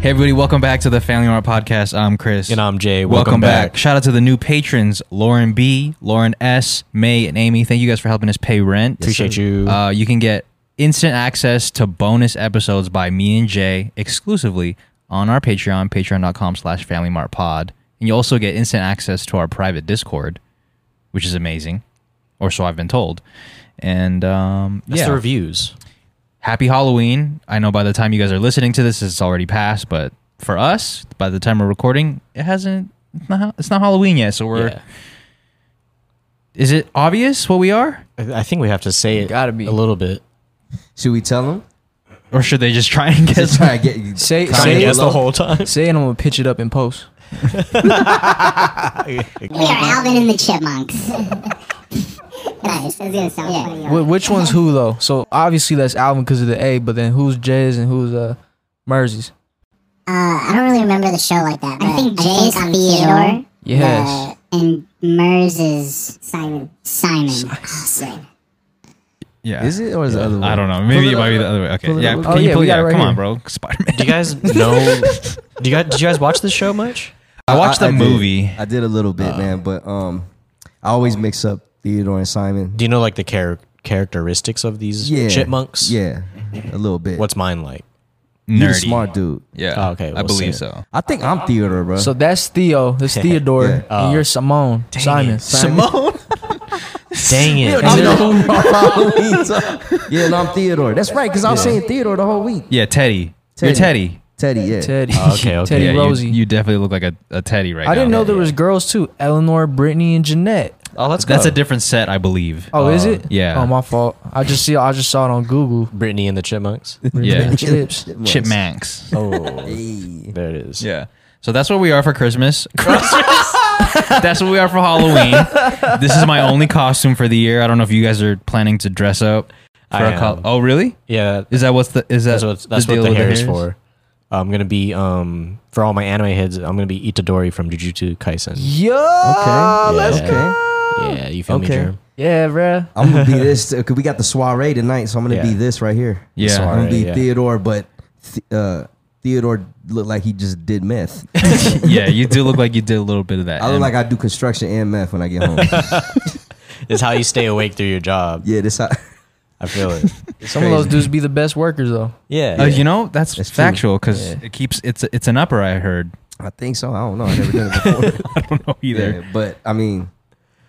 Hey everybody, welcome back to the Family Mart Podcast. I'm Chris. And I'm Jay. Welcome, Welcome back. back. Shout out to the new patrons, Lauren B, Lauren S, May, and Amy. Thank you guys for helping us pay rent. Appreciate sir. you. Uh, you can get instant access to bonus episodes by me and Jay exclusively on our Patreon, patreon.com slash familymartpod. And you also get instant access to our private Discord, which is amazing, or so I've been told. And um, That's yeah. the reviews. happy Halloween. I know by the time you guys are listening to this, it's already passed, but for us, by the time we're recording, it hasn't. It's not, it's not Halloween yet, so we're. Yeah. Is it obvious what we are, I I think we have to say it Gotta be. a little bit. Should we tell them? or should they just try and guess? Try to get say Kinda say guess it, the whole time. say it. I'm gonna pitch it up in post. We are Alvin and the Chipmunks. nice. That's gonna sound funny. Wh- which one's who though? So obviously that's Alvin because of the A, but then who's Jay's and who's uh Merzy's? Uh, I don't really remember the show like that. But I think Jay's on Theodore. Yes. uh, and Mers is Simon. Simon. Oh, Simon. yeah. Is it or is the other one? I don't know. Maybe Pull it it might be up. the other way. Okay. Pull it Yeah. up. Can Oh, you yeah, pull we it got it up? right Come on, here. bro. Spider Do Man. you guys know? do you guys did you guys watch this show much? I watched the did. movie. I did a little Uh. bit, man, but um, I always mix up Theodore and Simon. Do you know like the char- characteristics of these Yeah, chipmunks? Yeah, a little bit. What's mine like? you Nerdy. the smart dude? Yeah. Oh, okay, I we'll believe see it. so. I think I'm Theodore, bro. So that's Theo. That's Theodore, Yeah. and you're Simone. Simon. Simone. Dang it! And they're- yeah, no, I'm Theodore. That's right, because I was saying Theodore the whole week. Yeah, Teddy. You're Teddy. Teddy. Teddy, yeah. Teddy. okay, okay. Teddy Yeah, you- Rosie. You, definitely look like a, a Teddy right now. I didn't know there was girls too. Eleanor, Brittany, and Jeanette. Oh, let's go. That's a different set, I believe. Oh, is it? yeah. Oh, my fault. I just see. I just saw it on Google. Brittany and the Chipmunks. Yeah. Chips. Chipmunks. Oh, there it is. Yeah. So that's what we are for Christmas. Christmas. that's what we are for Halloween. This is my only costume for the year. I don't know if you guys are planning to dress up for I a col- am. Oh, really? yeah. Is that what's the is that That's what that's the what deal the with hair is hairs? for. I'm gonna be um for all my anime heads. I'm gonna be Itadori from Jujutsu Kaisen. Yo, Okay. let's Yeah. go. Yeah, you feel me, Okay. Jerm? Yeah, bruh. I'm gonna be this because we got the soiree tonight, so I'm gonna be Yeah. this right here. Yeah. So I'm gonna be Soiree, yeah. Theodore, but th- uh, Theodore looked like he just did meth. I yeah, you do look like you did a little bit of that. look And- like I do construction and meth when I get home. It's how you stay awake through your job. yeah, this. How- I feel it. Some of those dudes be the best workers though. Yeah. Uh, you know that's, That's true. factual because it keeps it's it's an upper. I heard. I think so. I don't know. I never done it before. I don't know either. Yeah, but I mean,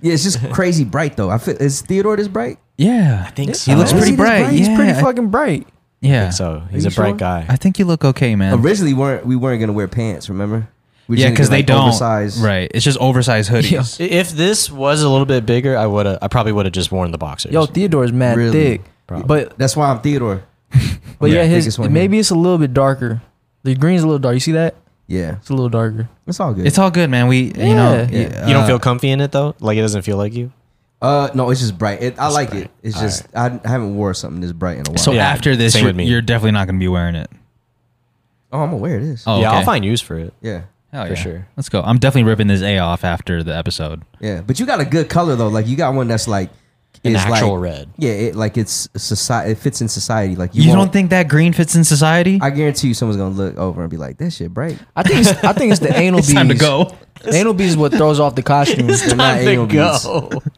yeah, it's just crazy bright though. I feel is Theodore this bright? Yeah, I think he so. looks Is he pretty this bright. bright? Yeah, He's pretty I- fucking bright. yeah. So he's you a bright sure? guy. I think you look okay, man. Originally, weren't we weren't gonna wear pants? Remember? We yeah, just because gonna they get, don't. Oversized. Right, it's just oversized hoodies. I- If this was a little bit bigger, I would have. I probably would have just worn the boxers. Yo, Theodore's mad Really? thick, but That's why I'm Theodore. but yeah, Thickest his one here. maybe it's a little bit darker. The green's a little dark. You see that? Yeah, It's a little darker. it's all good. It's all good, man. We, you know, Yeah. yeah, you don't uh, feel comfy in it though. Like it doesn't feel like you. uh, no, it's just bright. It, I like bright. it. It's All just I, I haven't wore something this bright in a while. So Yeah, after this, same you're, with me. you're definitely not going to be wearing it. oh, I'm gonna wear this. Oh, Yeah, okay. I'll find use for it. yeah, Hell for yeah. sure. Let's go. I'm definitely ripping this A off after the episode. yeah. But you got a good color though. Like you got one that's like An is actual like, red. Yeah, it, like it's society. It fits in society. Like You, won't- don't think that green fits in society? I guarantee you, someone's gonna look over and be like, "That shit bright." I think it's, I think it's the anal it's beads. time to go. The anal beads is what throws off the costume. They're not anal beads.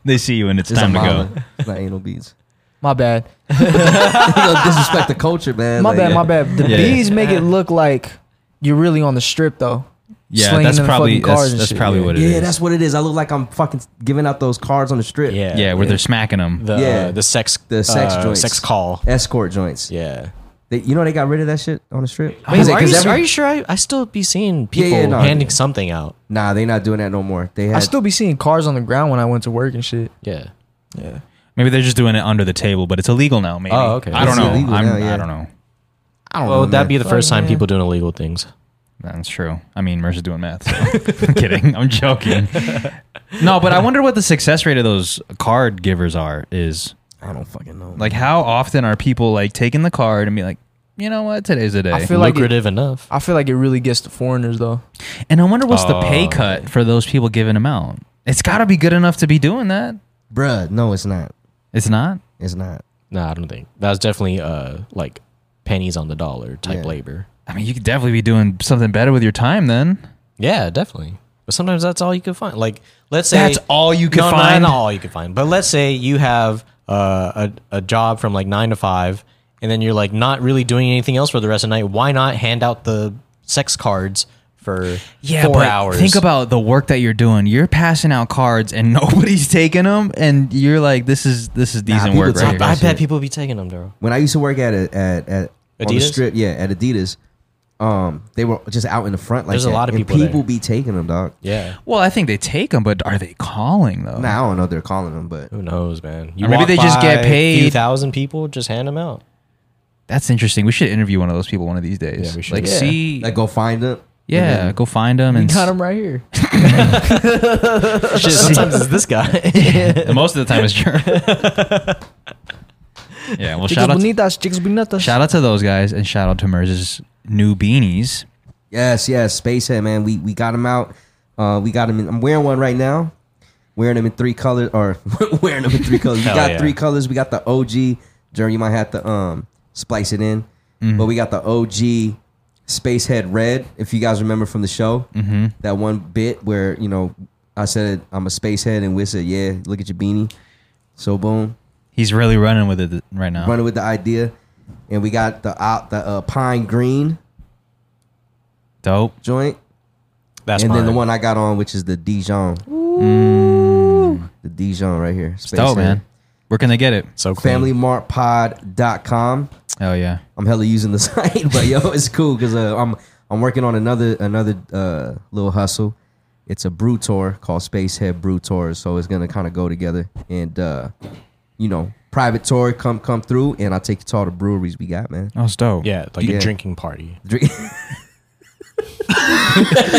They see you and it's, It's time a to go. mama, it's not anal beads. My bad. you gonna disrespect the culture, man. My Like, bad. My bad. The Yeah. beads make it look like you're really on the strip though. Yeah, Slinging that's in the probably fucking cars that's, and that's shit, probably yeah. what it is. Yeah, that's what it is. I look like I'm fucking giving out those cards on the strip. Yeah. yeah, where they're smacking them. The uh, Yeah. the sex The sex uh, joints. sex call. Escort joints. Yeah. They, you know they got rid of that shit on the strip? Wait, 'Cause it- are, 'cause you, every- are you sure? I, I still be seeing Yeah, people yeah, no, handing yeah. something out. Nah, they not doing that no more. They had, I still be seeing cars on the ground when I went to work and shit. Yeah. Maybe they're just doing it under the table, but it's illegal now. Maybe. Oh, okay. I don't It's know. illegal I'm, now, yeah. I don't know. I don't Well, know. would that man. be the first time man. people doing illegal things? That's true. I mean, Mercer's doing math. So. I'm kidding. I'm joking. No, but I wonder what the success rate of those card givers are. Is I don't fucking know. like how often are people like taking the card and be like, you know what, today's the day. I feel like it, Lucrative enough. I feel like it really gets the foreigners though. and I wonder what's the pay Oh, cut for those people giving them out. It's got to be good enough to be doing that. Bruh, no, it's not. It's not. It's not. No, I don't think that was definitely uh like pennies on the dollar type Yeah. labor. I mean, you could definitely be doing something better with your time then. Yeah, definitely. But sometimes that's all you can find. Like, let's say That's all you can No, no, find? Not, all you can find. But let's say you have uh, a a job from like nine to five, and then you're like not really doing anything else for the rest of the night. Why not hand out the sex cards for four but hours? Think about the work that you're doing. You're passing out cards and nobody's taking them, and you're like, "This is this is decent people work take right I, here." that I bet people be taking them, Daryl. when I used to work at a, at at on the Adidas? strip, yeah, at Adidas, um, they were just out in the front like There's a that, lot of and people there. be taking them, dog. Yeah. Well, I think they take them, but are they calling though? Nah, I don't know if they're calling them, but Who knows, man? You Or maybe walk they just get by a Few paid. thousand people just hand them out. That's interesting. We should interview one of those people one of these days. Yeah, we should. Like, Yeah. see, like go find them. yeah, go find them We and got him right here. Shit, sometimes it's this guy. And most of the time it's true. yeah, well, Chicas shout out, to, bonitas, chicas bonitas. shout out to those guys and shout out to Merz's new beanies. Yes, yes, Spacehead man, we we got them out. Uh, we got them. In, I'm wearing one right now. Wearing them in three colors, or wearing them in three colors. We Hell got yeah. three colors. We got the OG. Jeremy, you might have to um splice it in, Mm-hmm. but we got the OG Spacehead Red. If you guys remember from the show, mm-hmm. that one bit where you know I said I'm a Spacehead and we said, yeah, look at your beanie. So boom, He's really running with it right now. running with the idea, and we got the out the uh, pine green Dope. joint. That's and then the mine. one I got on, which is the Dijon. The Dijon right here. Mm. It's dope, man. Where can they get it? so clean. FamilyMartPod.com. Oh, yeah. I'm hella using the site, but yo, it's cool because uh, I'm I'm working on another another uh, little hustle. It's a brew tour called Spacehead Brew Tour, so it's gonna kind of go together. And uh, you know, private tour, come come through, and I'll take you to all the breweries we got, man. Oh, it's dope. Yeah, like Yeah. a drinking party. Drink-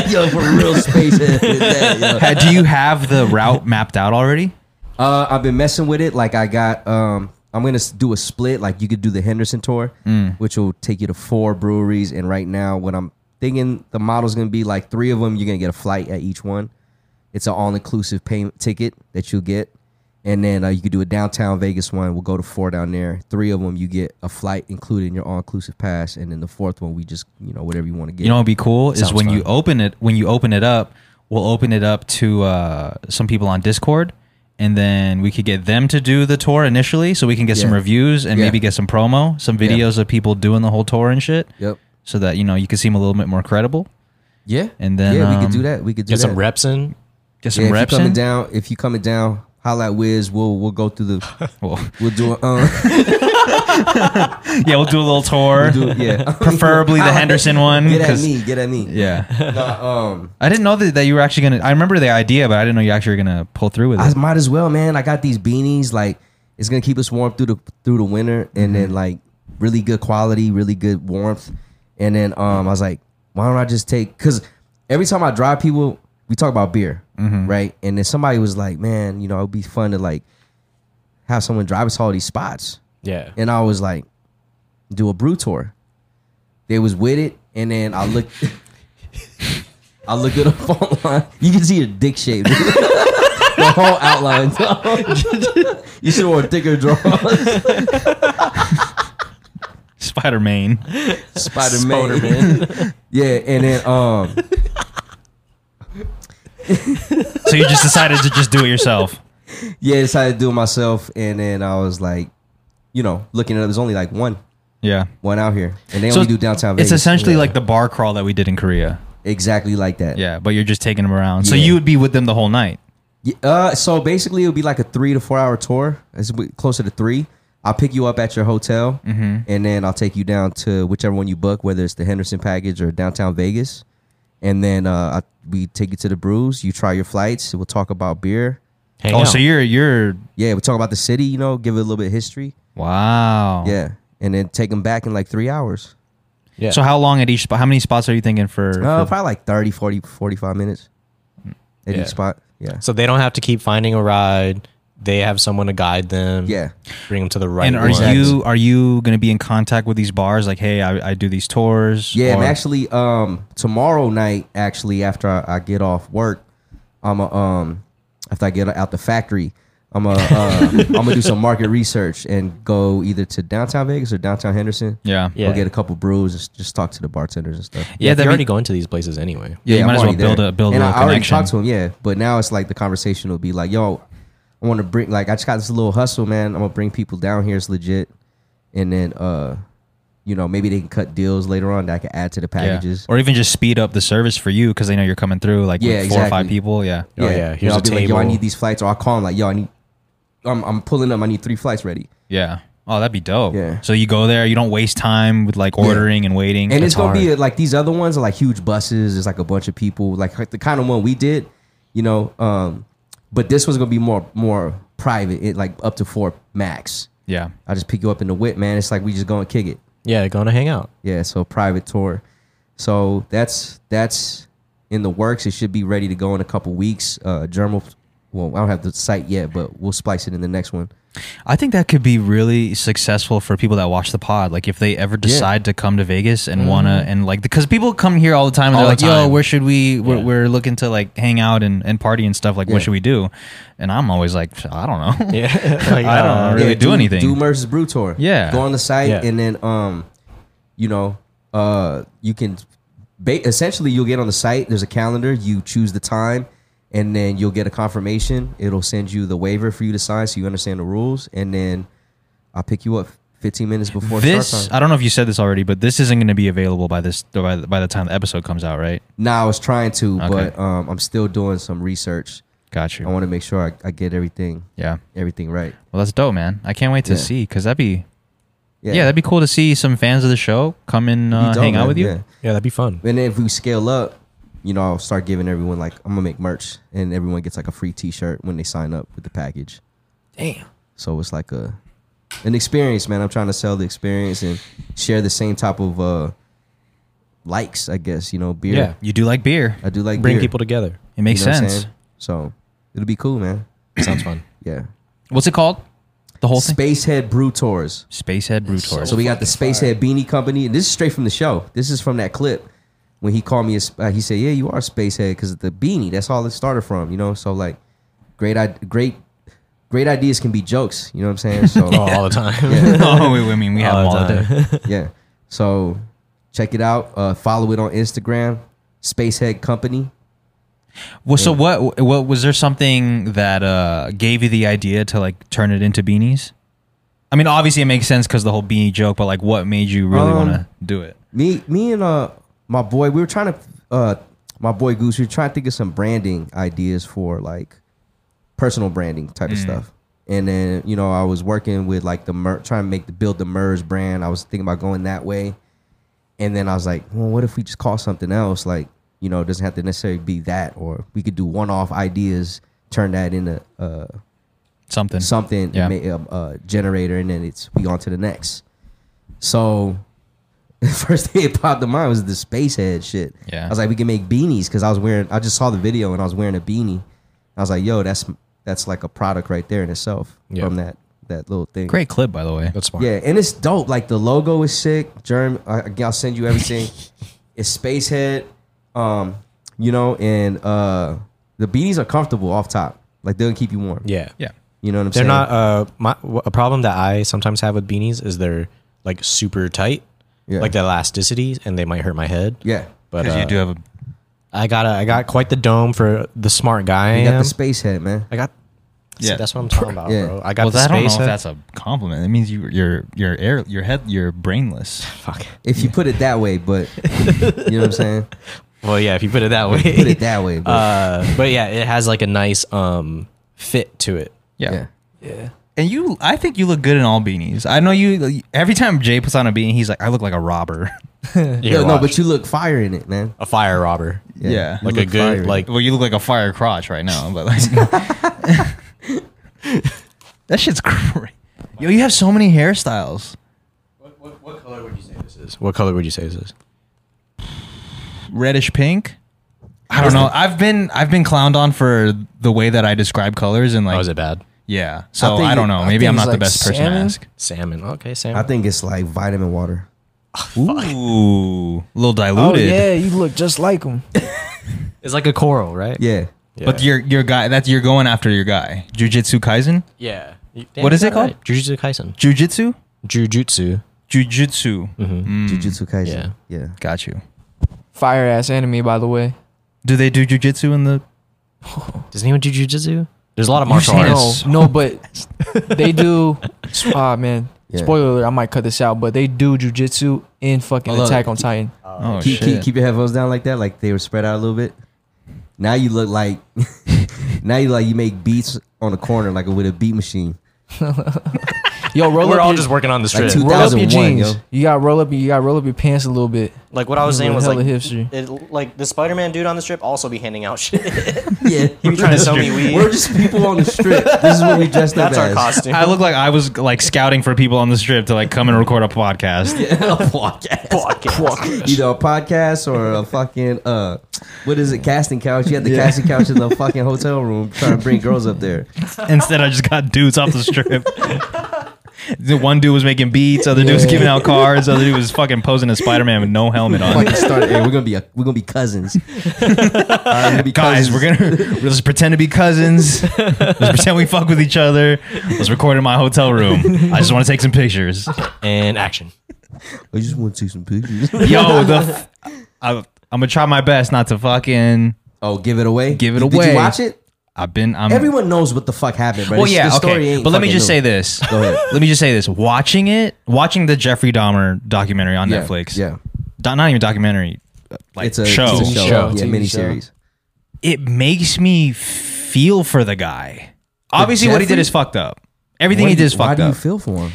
yo, for real Spacehead. did that, yo. Ha- Do you have the route mapped out already? Uh, I've been messing with it. Like I got, um, I'm gonna s- do a split. Like you could do the Henderson tour, Mm. which will take you to four breweries. And right now, what I'm thinking, the model's gonna be like three of them. You're gonna get a flight at each one. It's an all inclusive payment ticket that you'll get, and then uh, you could do a downtown Vegas one. We'll go to four down there. Three of them, you get a flight included in your all inclusive pass, and then the fourth one, we just you know whatever you want to get. You know what'd be cool is Sounds when you fun. open it when you open it up, we'll open it up to uh, some people on Discord and then we could get them to do the tour initially so we can get some Yeah. reviews and Yeah. maybe get some promo, some Yeah. videos of people doing the whole tour and shit. yep. So that, you know, you can seem a little bit more credible. Yeah. And then, yeah, we um, could do that. We could do Get that. some reps in. Get some Yeah, if reps you in. coming down, if you coming down, holla at Wiz. We'll we'll go through the Well, We'll do it. Um, yeah, we'll do a little tour. do it yeah. Preferably the Henderson one. Get at 'cause- me. Get at me. Yeah. No, um, I didn't know that, that you were actually going to. I remember the idea, but I didn't know you actually were going to pull through with I it. might as well, man. I got these beanies. Like it's gonna keep us warm through the through the winter, Mm-hmm. and then like really good quality, really good warmth. And then um, I was like, why don't I just take? Because every time I drive people, we talk about beer, Mm-hmm. right? And then somebody was like, man, you know, it'd be fun to like have someone drive us to all these spots. Yeah. and I was like, do a brew tour. They was with it, and then I looked. I looked it up online. You can see your dick shape, the whole outline. you should have worn thicker drawers. Spider Man. Spider Man. Yeah, and then um, so you just decided to just do it yourself. yeah, I decided to do it myself, and then I was like, you know, looking it up. There's only like one, Yeah. one out here, and they So only do downtown. It's Vegas. essentially Yeah. like the bar crawl that we did in Korea. exactly like that. Yeah, but you're just taking them around. So Yeah. you would be with them the whole night. Yeah, uh, so basically, it would be like a three to four hour tour. It's w- closer to three. I'll pick you up at your hotel, and then I'll take you down to whichever one you book, whether it's the Henderson package or downtown Vegas. And then uh, I, we take you to the brews. You try your flights. We'll talk about beer. Hang oh, out. so you're you're Yeah, we talk about the city. You know, give it a little bit of history. wow. Yeah, and then take them back in like three hours. yeah. So how long at each spot? How many spots are you thinking for? Uh, for- probably like 30, 40, 45 minutes at Yeah. each spot. Yeah, So they don't have to keep finding a ride. They have someone to guide them. yeah. Bring them to the right. and are ones. you are you going to be in contact with these bars? Like, hey, I, I do these tours. Yeah, I'm or- actually um tomorrow night actually after I, I get off work, I'm a, um after I get out the factory, I'm gonna uh, I'm gonna do some market research and go either to downtown Vegas or downtown Henderson. Yeah. Go Yeah. get a couple brews and s- just talk to the bartenders and stuff. Yeah, Yeah, that'd they're be- already going to these places anyway. Yeah, you I'm might as well already build there. a build a and little I already connection. talked to him, yeah. But now it's like the conversation will be like, "Yo, I want to bring like I just got this little hustle, man. I'm gonna bring people down here. It's legit, and then uh, you know maybe they can cut deals later on that I can add to the Yeah. packages. Or even just speed up the service for you because they know you're coming through like Yeah, with four or five exactly. people. Yeah. Oh, yeah, And here's I'll a be like, "Yo, I table." need these flights," or I'll call him like, "Yo, I need, I'm I'm pulling up. I need three flights ready." Yeah. Oh, that'd be dope. Yeah. So you go there, you don't waste time with like ordering and waiting. And it's That's gonna be hard. uh, like these other ones are like huge buses. It's like a bunch of people, like the kind of one we did, you know. Um, but this was gonna be more more private, it, like up to four max. yeah. I just pick you up in the whip, man. It's like we just gonna kick it. Yeah, going to hang out. Yeah, so private tour. So that's that's in the works. It should be ready to go in a couple weeks. Uh Germal well, I don't have the site yet, but we'll splice it in the next one. I think that could be really successful for people that watch the pod. Like if they ever decide to come to Vegas Mm-hmm. and wanna and like because people come here all the time and All they're like, the "Yo, time. where should we? We're, Yeah. we're looking to like hang out and, and party and stuff. Like, Yeah. what should we do?" And I'm always like, "I don't know." Yeah, I don't uh, really do anything. Do Mercer's Brew Tour. Yeah. Go on the site Yeah. and then um, you know, uh you can ba- essentially you'll get on the site, there's a calendar, you choose the time, and then you'll get a confirmation. It'll send you the waiver for you to sign so you understand the rules, and then I'll pick you up fifteen minutes before start This uh, time. I don't know if you said this already, but this isn't going to be available by this by the, by the time the episode comes out, right? Now I was trying to, Okay. but um I'm still doing some research. Got you. I want to make sure I, I get everything yeah. everything right. Well, that's dope, man. I can't wait to Yeah. see because that'd be yeah. that'd be cool to see some fans of the show come and Be uh, dope, hang out man. with you. Yeah. Yeah, that'd be fun. And then if we scale up, you know, I'll start giving everyone like I'm gonna make merch, and everyone gets like a free T-shirt when they sign up with the package. Damn. So it's like a an experience, man. I'm trying to sell the experience and share the same type of uh likes, I guess. You know, beer. Yeah. You do like beer. I do like Bring beer, people together. It makes you know what I'm sense. saying? So it'll be cool, man. Sounds fun. Yeah. What's it called? The whole thing. Spacehead Brew Tours. Spacehead Brew Tour. So we got the Spacehead Beanie Company, and this is straight from the show. This is from that clip when he called me. A, sp- uh, he said, "Yeah, you are a Spacehead because the beanie. That's all it started from, you know. So like, great, I- great, great ideas can be jokes. You know what I'm saying? So Oh, all the time. oh, we, I mean, we have them all All day. the yeah. So check it out. Uh, follow it on Instagram, Spacehead Company. Well, so what? What was there something that uh, gave you the idea to like turn it into beanies? I mean, obviously it makes sense because the whole beanie joke, but like, what made you really Um, want to do it? Me, me, and uh, my boy, we were trying to, uh, my boy Goose, we were trying to think of some branding ideas for like personal branding type of stuff. And then you know, I was working with like the mer- trying to make the build the MERS brand. I was thinking about going that way. And then I was like, well, what if we just call something else? Like, you know, it doesn't have to necessarily be that, or we could do one-off ideas, turn that into uh, Something. something Yeah. ma- a, a generator and then it's we on to the next so the first thing that popped in mind was the spacehead shit Yeah. i was like we can make beanies because i was wearing i just saw the video and i was wearing a beanie i was like yo that's that's like a product right there in itself Yeah. from that that little thing Great clip, by the way. That's smart. yeah and it's dope like the logo is sick germ I, i'll send you everything it's spacehead um you know and uh the beanies are comfortable off top like they'll keep you warm Yeah. Yeah. you know what i'm They're saying not uh my wh- a problem that I sometimes have with beanies is they're like super tight. Yeah. Like the elasticity and they might hurt my head. yeah But Because uh, you do have a I got a, I got quite the dome for the smart guy. You I got am. the space head, man. I got See, Yeah. that's what I'm talking about, Yeah. bro. I got well, the I don't know space if head. that's a compliment. It means you, you're you're air, your head, you're brainless. Fuck. If you put it that way, but you know what I'm saying? Well, yeah, if you put it that way. Put it that way, but uh, but yeah, it has like a nice um fit to it. Yeah. yeah. Yeah. And you, I think you look good in all beanies. I know you. Every time Jay puts on a beanie, he's like, "I look like a robber." Yo, no, but you you look fire in it, man. a fire robber. Yeah. You Like a look good fire in it. like Well, you look like a fire crotch right now, but like that shit's crazy. Yo, you have so many hairstyles. what, what, what color would you say this is? What color would you say this is? Reddish pink. I don't know. I've been I've been clowned on for the way that I describe colors and like oh, is it bad? yeah. So I think I, don't it- know. I Maybe think I'm not it's the like best person to salmon. ask. Salmon. Okay, I salmon. think it's like vitamin water. Ooh, a little Oh diluted. yeah, Oh, you look just like him. it's like a coral, right? Yeah. But your your guy that you're going after your guy. Jujutsu Kaisen? Yeah. What is it called? Jujutsu Kaisen. Jujutsu? Jujutsu. Mm-hmm. Jujutsu. Mm. Jujutsu Kaisen. Mm. Yeah. yeah. Hmm. Got you. Fire ass enemy, by the way. Do they do jujitsu in the Does anyone do jujitsu? There's a lot of martial saying arts. Yes. No, no, but they do. Ah, man. Yeah. Spoiler alert, I might cut this out, but they do jujitsu in fucking Although- Attack on Titan. Oh, keep, keep, keep your headphones down like that, like they were spread out a little bit. Now you look like now you like you make beats on the corner like with a beat machine. Yo, roll We're up all your, just working on the Like strip. two- roll up your 2001, jeans. yo. You got roll up. You got roll up your pants a little bit. like what I was Give me saying was a hella like, history. it, like the Spider-Man dude on the strip also be handing out shit. Yeah, He was trying to sell me weed. We're just people on the strip. This is what we dressed up That's our as. costume. I look like I was like scouting for people on the strip to like come and record a podcast. Podcast. Either a podcast or a fucking uh, what is it? Casting couch. You had the casting couch in the fucking hotel room trying to bring girls up there. Instead, I just got dudes off the strip. The one dude was making beats, other dude was Yeah. giving out cards, other dude was fucking posing as Spider Man with no helmet on. Fucking start. Hey, we're gonna be a, we're gonna be cousins. All right, we're gonna be Guys, we're gonna let's pretend to be cousins. Let's pretend we fuck with each other. Let's record in my hotel room. I just want to take some pictures. and action. I just want to take some pictures. Yo, the f- I, I'm gonna try my best not to fucking. Oh, give it away. Give it Did away. you watch it? I've been. I'm. Everyone knows what the fuck happened, bro. well, This- yeah, this story okay. ain't But let me fucking just new. say this. Go ahead. Let me just say this. Watching it, watching the Jeffrey Dahmer documentary on Yeah, Netflix. Yeah, do- not even documentary, like it's a show. It's a show. Show. Yeah, TV mini show. series. It makes me feel for the guy. Obviously, what he did Jeffrey? is fucked up. Everything he did is Why fucked do you up. feel for him?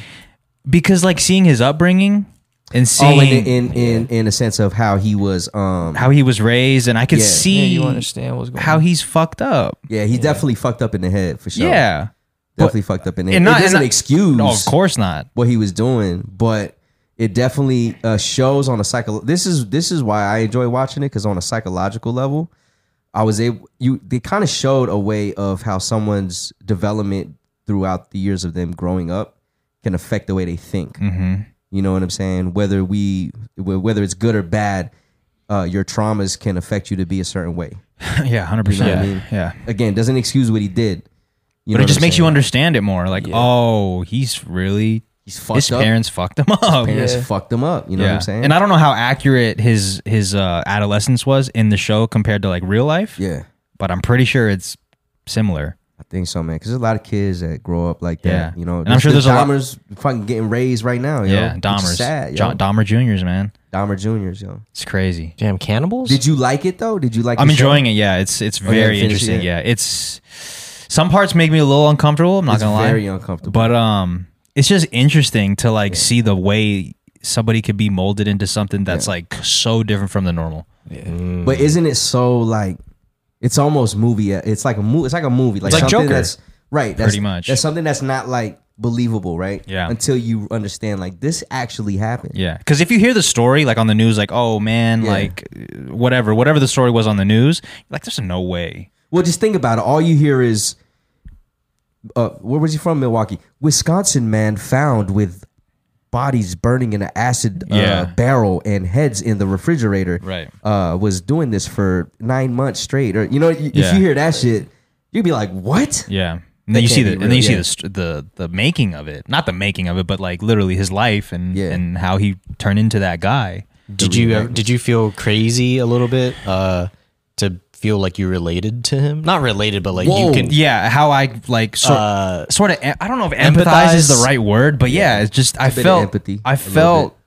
because like seeing his upbringing and seeing Oh, in in in, in a sense of how he was. Um. how he was raised, and I could Yeah. Yeah, Yeah, see you understand what's going. how on. he's fucked up. yeah, he definitely fucked up in the head for sure. Yeah, definitely fucked up in the head. and not it doesn't and not- excuse No, of course not. what he was doing, but it definitely uh, shows on a psycho. This is this is why I enjoy watching it because on a psychological level, I was able you they kind of showed a way of how someone's development throughout the years of them growing up can affect the way they think. Mm-hmm. You know what I'm saying? Whether we wh- whether it's good or bad, uh, your traumas can affect you to be a certain way. yeah, hundred You know what I percent. mean? Yeah, Again, doesn't excuse what he did. You but know it just makes you understand. understand it more. Like, oh, he's really He's fucked his up. parents fucked him up. parents Yeah. fucked him up. You know what I'm saying? And I don't know how accurate his his uh, adolescence was in the show compared to like real life, yeah. but I'm pretty sure it's similar. I think so, man. Because there's a lot of kids that grow up like Yeah. that. You know, And I'm sure there's a lot- Dahmer's fucking getting raised right now. Yo, yeah, which is Dahmer's, sad. Yo. John, Dahmer Juniors, man, Dahmer Juniors. Yo, it's crazy. Damn cannibals. did you like it though? Did you like? I'm the show? Oh, enjoying it. Yeah, it's it's you very haven't finished interesting. it Yeah, it's some parts make me a little uncomfortable. I'm not It's gonna lie, very uncomfortable. but um, it's just interesting to like see the way somebody could be molded into something that's like so different from the normal. But isn't it so like? It's almost movie. uh, It's like a movie. It's like a movie. Like, It's like something Joker. that's right. That's, Pretty much. That's something that's not like believable, right? Yeah. Until you understand, like this actually happened. Yeah, because if you hear the story like on the news, like oh man, Yeah. like uh, whatever, whatever the story was on the news, you're like there's no way. Well, just think about it. All you hear is, uh, where was he from? Milwaukee, Wisconsin. Man found with bodies burning in an acid uh, Yeah. barrel and heads in the refrigerator. Right. Uh, was doing this for nine months straight. Or you know, y- Yeah. if you hear that shit, you'd be like, "What? Yeah, and then you see can't be the and real, then you see yeah. the st- the the making of it, not the making of it, but like literally his life and Yeah. and how he turned into that guy. Did you ever, did you feel crazy a little bit uh, to feel like you related to him? Not related, but like you can. yeah, how I like so, Uh, sort of. I don't know if empathize, is the empathize? right word, but yeah, it's just I bit of felt empathy, I a little felt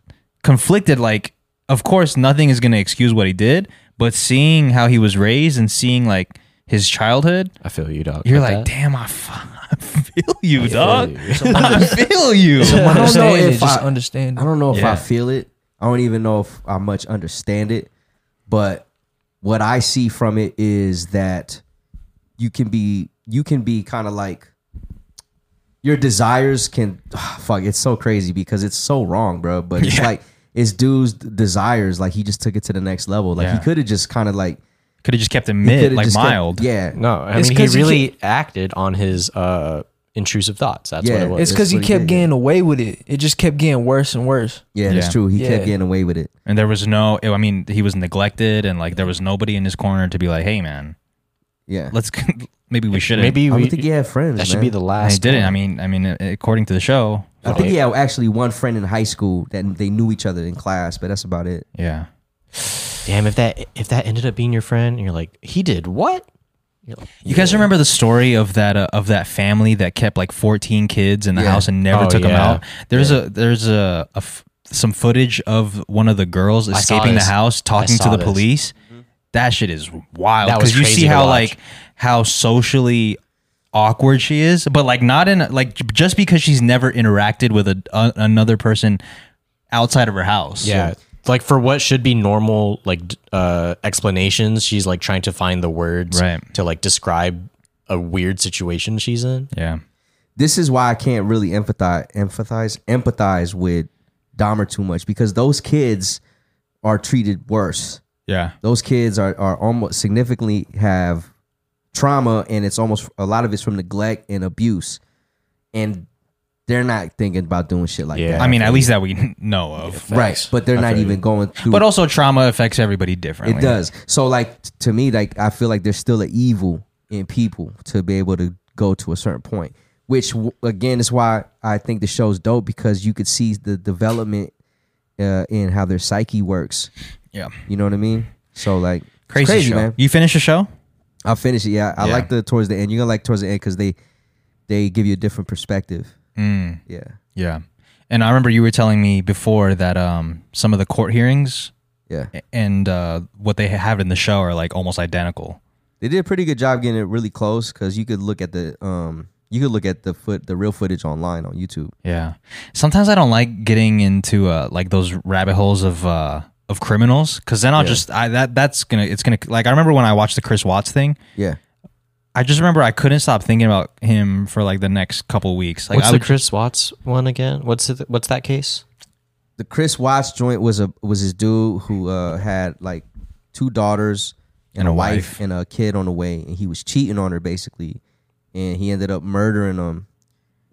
conflicted. Like, of course, nothing is going to excuse what he did, but seeing how he was raised and seeing like his childhood, I feel you, dog. you're With like, that. damn, I, fu- I feel you, dog. I feel you. I don't know Understand it, if just I- understand. I don't know if Yeah. I feel it. I don't even know if I much understand it. But what I see from it is that you can be you can be kind of like your desires can ah, fuck it's so crazy because it's so wrong, bro. But it's like it's dude's desires. Like he just took it to the next level. Like Yeah. he could have just kind of like Could have just kept it he mid, coulda like just kept- mild. yeah. No, I It's mean 'cause he he really acted on his uh, intrusive thoughts. That's Yeah. what it was. It's because he what he kept did. getting away with it. It just kept getting worse and worse. Yeah, Yeah. that's true. He Yeah. kept getting away with it. And there was no, I mean, he was neglected, and like there was nobody in his corner to be like, "Hey, man, Yeah. Let's maybe we should Maybe I we. don't think you have friends. that should be the I last. didn't. one. I mean, I mean, uh, according to the show, I think yeah, actually one friend in high school that they knew each other in class, but that's about it. yeah. Damn, if that if that ended up being your friend, and you're like, he did what? You're like, You guys remember the story of that uh, of that family that kept like 14 kids in the Yeah. house and never Oh, took them yeah. out? There's a there's a, a f- some footage of one of the girls saw escaping the this. house talking to saw the this. Mm-hmm. police. That shit is wild That was because you crazy see to how watch. like how socially awkward she is, but like not in like j- just because she's never interacted with a, a- another person outside of her house. yeah. Like for what should be normal like d- uh explanations, she's like trying to find the words Right. to like describe a weird situation she's in. yeah. This is why I can't really empathize empathize empathize with Dahmer too much because those kids are treated worse. Yeah. Those kids are, are almost significantly have trauma and it's almost a lot of it's from neglect and abuse. And they're not thinking about doing shit like Yeah. that. I mean, at least that we know of. right. But they're not even going through But also trauma affects everybody differently. It does. So like t- to me, like I feel like there's still an evil in people to be able to go to a certain point. Which w- again is why I think the show's dope because you could see the development uh, in how their psyche works. Yeah. You know what I mean? So like it's Crazy, show. man. You finish the show? I'll finish it. Yeah, I Yeah. like the towards the end. You're gonna like towards the end because they they give you a different perspective. Yeah, Mm, Yeah. And I remember you were telling me before that um, some of the court hearings yeah. and uh, what they have in the show are like almost identical. They did a pretty good job getting it really close because you could look at the um you could look at the foot the real footage online on YouTube. Yeah. Sometimes I don't like getting into uh, like those rabbit holes of uh, of criminals because then I'll just I that that's gonna it's gonna like I remember when I watched the Chris Watts thing. Yeah. I just remember I couldn't stop thinking about him for like the next couple weeks. Like What's I the would, Chris Watts one again? What's it, what's that case? the Chris Watts joint was a was his dude who uh, had like two daughters and, a wife, and a kid on the way, and he was cheating on her basically, and he ended up murdering them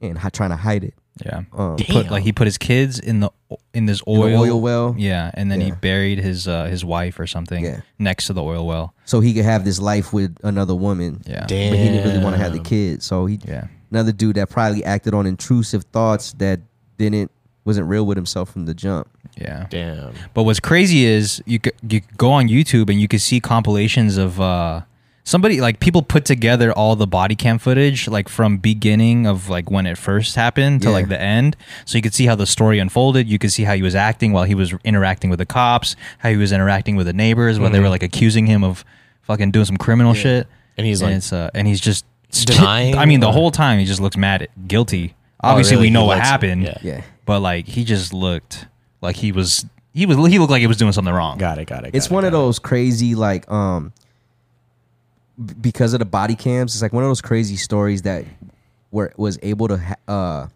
and hi- trying to hide it. yeah, Um, put, like he put his kids in the in this the oil, oil well. Yeah, and then he Yeah. buried his uh, his wife or something Yeah. next to the oil well. so he could have this life with another woman. Yeah, Damn. But he didn't really want to have the kid, so he yeah, another dude that probably acted on intrusive thoughts that didn't wasn't real with himself from the jump. yeah. Damn. But what's crazy is you could, you could go on YouTube and you could see compilations of uh, somebody like people put together all the body cam footage like from beginning of like when it first happened to Yeah. like the end. So you could see how the story unfolded. You could see how he was acting while he was interacting with the cops, how he was interacting with the neighbors when Mm-hmm. they were like accusing him of fucking doing some criminal shit. And he's, like, it's, uh, and he's just denying I mean, the or- Oh, whole time he just looks mad, at, guilty. Obviously, really? we know He what looks- happened yeah. Yeah, but like he just looked like he was he was he looked like he was doing something wrong. Got it. Got it. it's got it, one of got it. those crazy like um b- because of the body cams it's like one of those crazy stories that were was able to ha- uh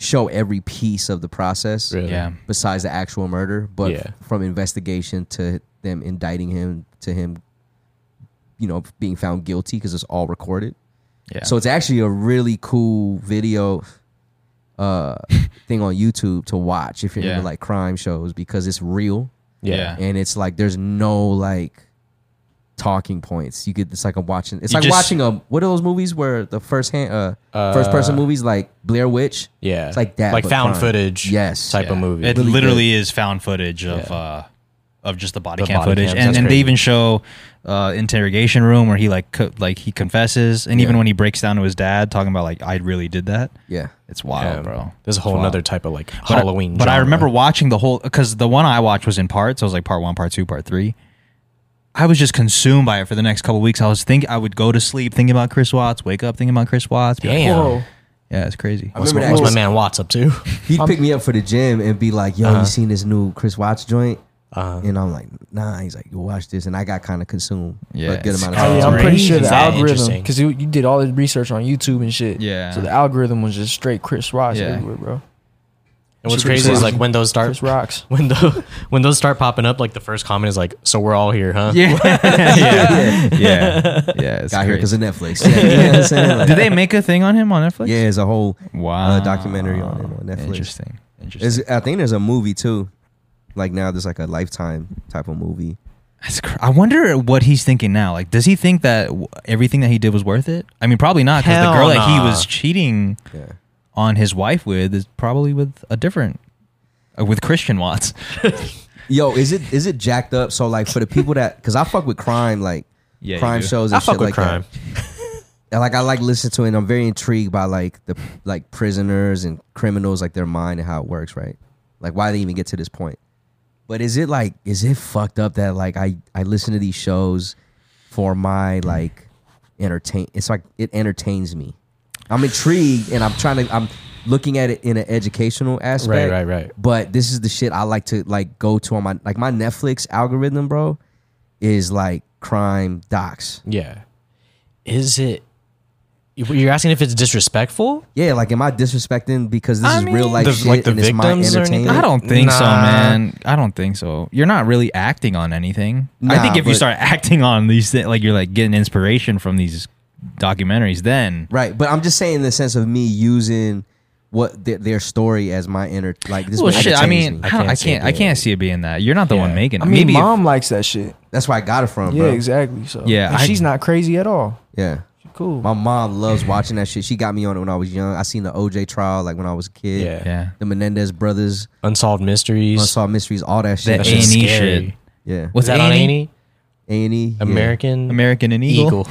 show every piece of the process Really? Yeah. besides the actual murder but Yeah. from investigation to them indicting him to him you know being found guilty because it's all recorded Yeah. so it's actually a really cool video uh thing on youtube to watch if you're Yeah. into like crime shows because it's real Yeah. and it's like there's no like talking points. You get it's like I'm watching. It's You like just- watching a what are those movies where the first hand uh, first person movies like Blair Witch. Yeah. it's like that, Like but found crime. footage. Yes. Type of movie. It Really literally is found footage of uh of just the body The cam body footage, cams, and, that's and they crazy. even show uh, interrogation room where he like co- like he confesses, and even when he breaks down to his dad talking about like I really did that. Yeah, It's wild, Yeah. bro. There's a whole It's wild. other type of like But I- Halloween. But I genre. remember watching the whole because the one I watched was in parts. I was like part one, part two, part three. I was just consumed by it for the next couple weeks. I was think I would go to sleep thinking about Chris Watts, wake up thinking about Chris Watts. be like, Damn. Whoa. yeah, it's crazy. I What's, my, remember that what's my was- man Watts up to? he'd pick me up for the gym and be like, "Yo, Uh-huh. you seen this new Chris Watts joint?" Uh, And I'm like, "Nah." He's like, "You watch this," and I got kind of consumed. Yeah, Yeah, a good it's amount of Oh, time. yeah, I'm Crazy. pretty sure the Is that algorithm interesting? because you, you did all the research on YouTube and shit. Yeah. So the algorithm was just straight Chris Rocks Yeah. everywhere, bro. And what's Should be crazy is Chris- like when those start Chris Rocks. when the when those start popping up, like the first comment is like, "So we're all here, huh?" Yeah. yeah. Yeah. Yeah. It's Got here great. because of Netflix. Yeah, you know what I'm saying? Like, Did they make a thing on him on Netflix? yeah, it's a whole Wow. uh, documentary on him on Netflix. Interesting. Interesting. It's, I think there's a movie too. Like now, there's like a lifetime type of movie. That's cr- I wonder what he's thinking now. Like, does he think that w- everything that he did was worth it? I mean, probably not because the Hell girl that he nah. was cheating Yeah. on his wife with is probably with a different, uh, with Christian Watts. Yo, is it is it jacked up? So like for the people that because I fuck with crime like Yeah, you crime do. shows and I shit fuck with like crime. that. And, like I like listening to it. and I'm very intrigued by like the like prisoners and criminals like their mind and how it works, right? Like why they even get to this point. But is it like is it fucked up that like I I listen to these shows for my like entertain? It's like it entertains me. I'm intrigued and I'm trying to I'm looking at it in an educational aspect. right, right. But this is the shit I like to like go to on my like my Netflix algorithm, bro, is like crime docs. Yeah. Is it? you- You're asking if it's disrespectful? Yeah, like am I disrespecting because this I is mean- real life The- shit like the and it's my victims or anything? entertainment? I don't think so, Nah. man. I don't think so. You're not really acting on anything. I Nah, think if you but- start acting on these things, like you're like getting inspiration from these documentaries, then Right, but I'm just saying in the sense of me using what their, their story as my enter like this. is well, what shit. I entertains mean, me. I can't, I can't, I can't see it being that. You're not the one making it. I mean, Maybe if- mom likes that shit. that's where I got it from, Yeah, bro. exactly. So Yeah, And I- she's not crazy at all. Yeah, Cool. my mom loves watching that shit. She got me on it when I was young. I seen the OJ trial like when I was a kid. Yeah. yeah, the Menendez brothers, Unsolved mysteries. Unsolved Mysteries, all that the A shit. and shit's E scary. E? shit. yeah, What's Is that on A&E? any A&E, yeah. American? E? American and Eagle.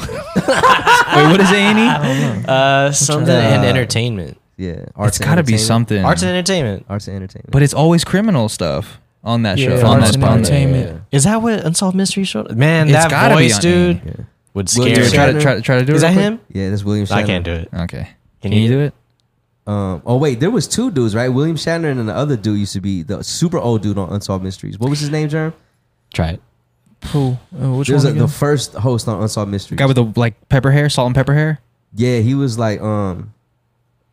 Eagle. Wait, what is E? A&E? uh, something and entertainment. Yeah, It's arts and got to be entertainment. something. Arts and entertainment. Arts and entertainment. but it's always criminal stuff on that Yeah, show. on arts that and podcast. entertainment. Is that what Unsolved Mystery showed? Man, It's that gotta be voice, on E. dude, Yeah. would Will scare Durant. Try me. to try to try to do it. Is that real him? yeah, that's William. Shatner. I can't do it. quick? Okay. Can, Can you you- do it? Um, oh wait, there was two dudes, right? William Shatner and the other dude used to be the super old dude on Unsolved Mysteries. What was his name, Jerm? Try it. Who? Uh, which There was one? a, again? the first host on Unsolved Mysteries. Guy with the like pepper hair, salt and pepper hair. yeah, he was like, um,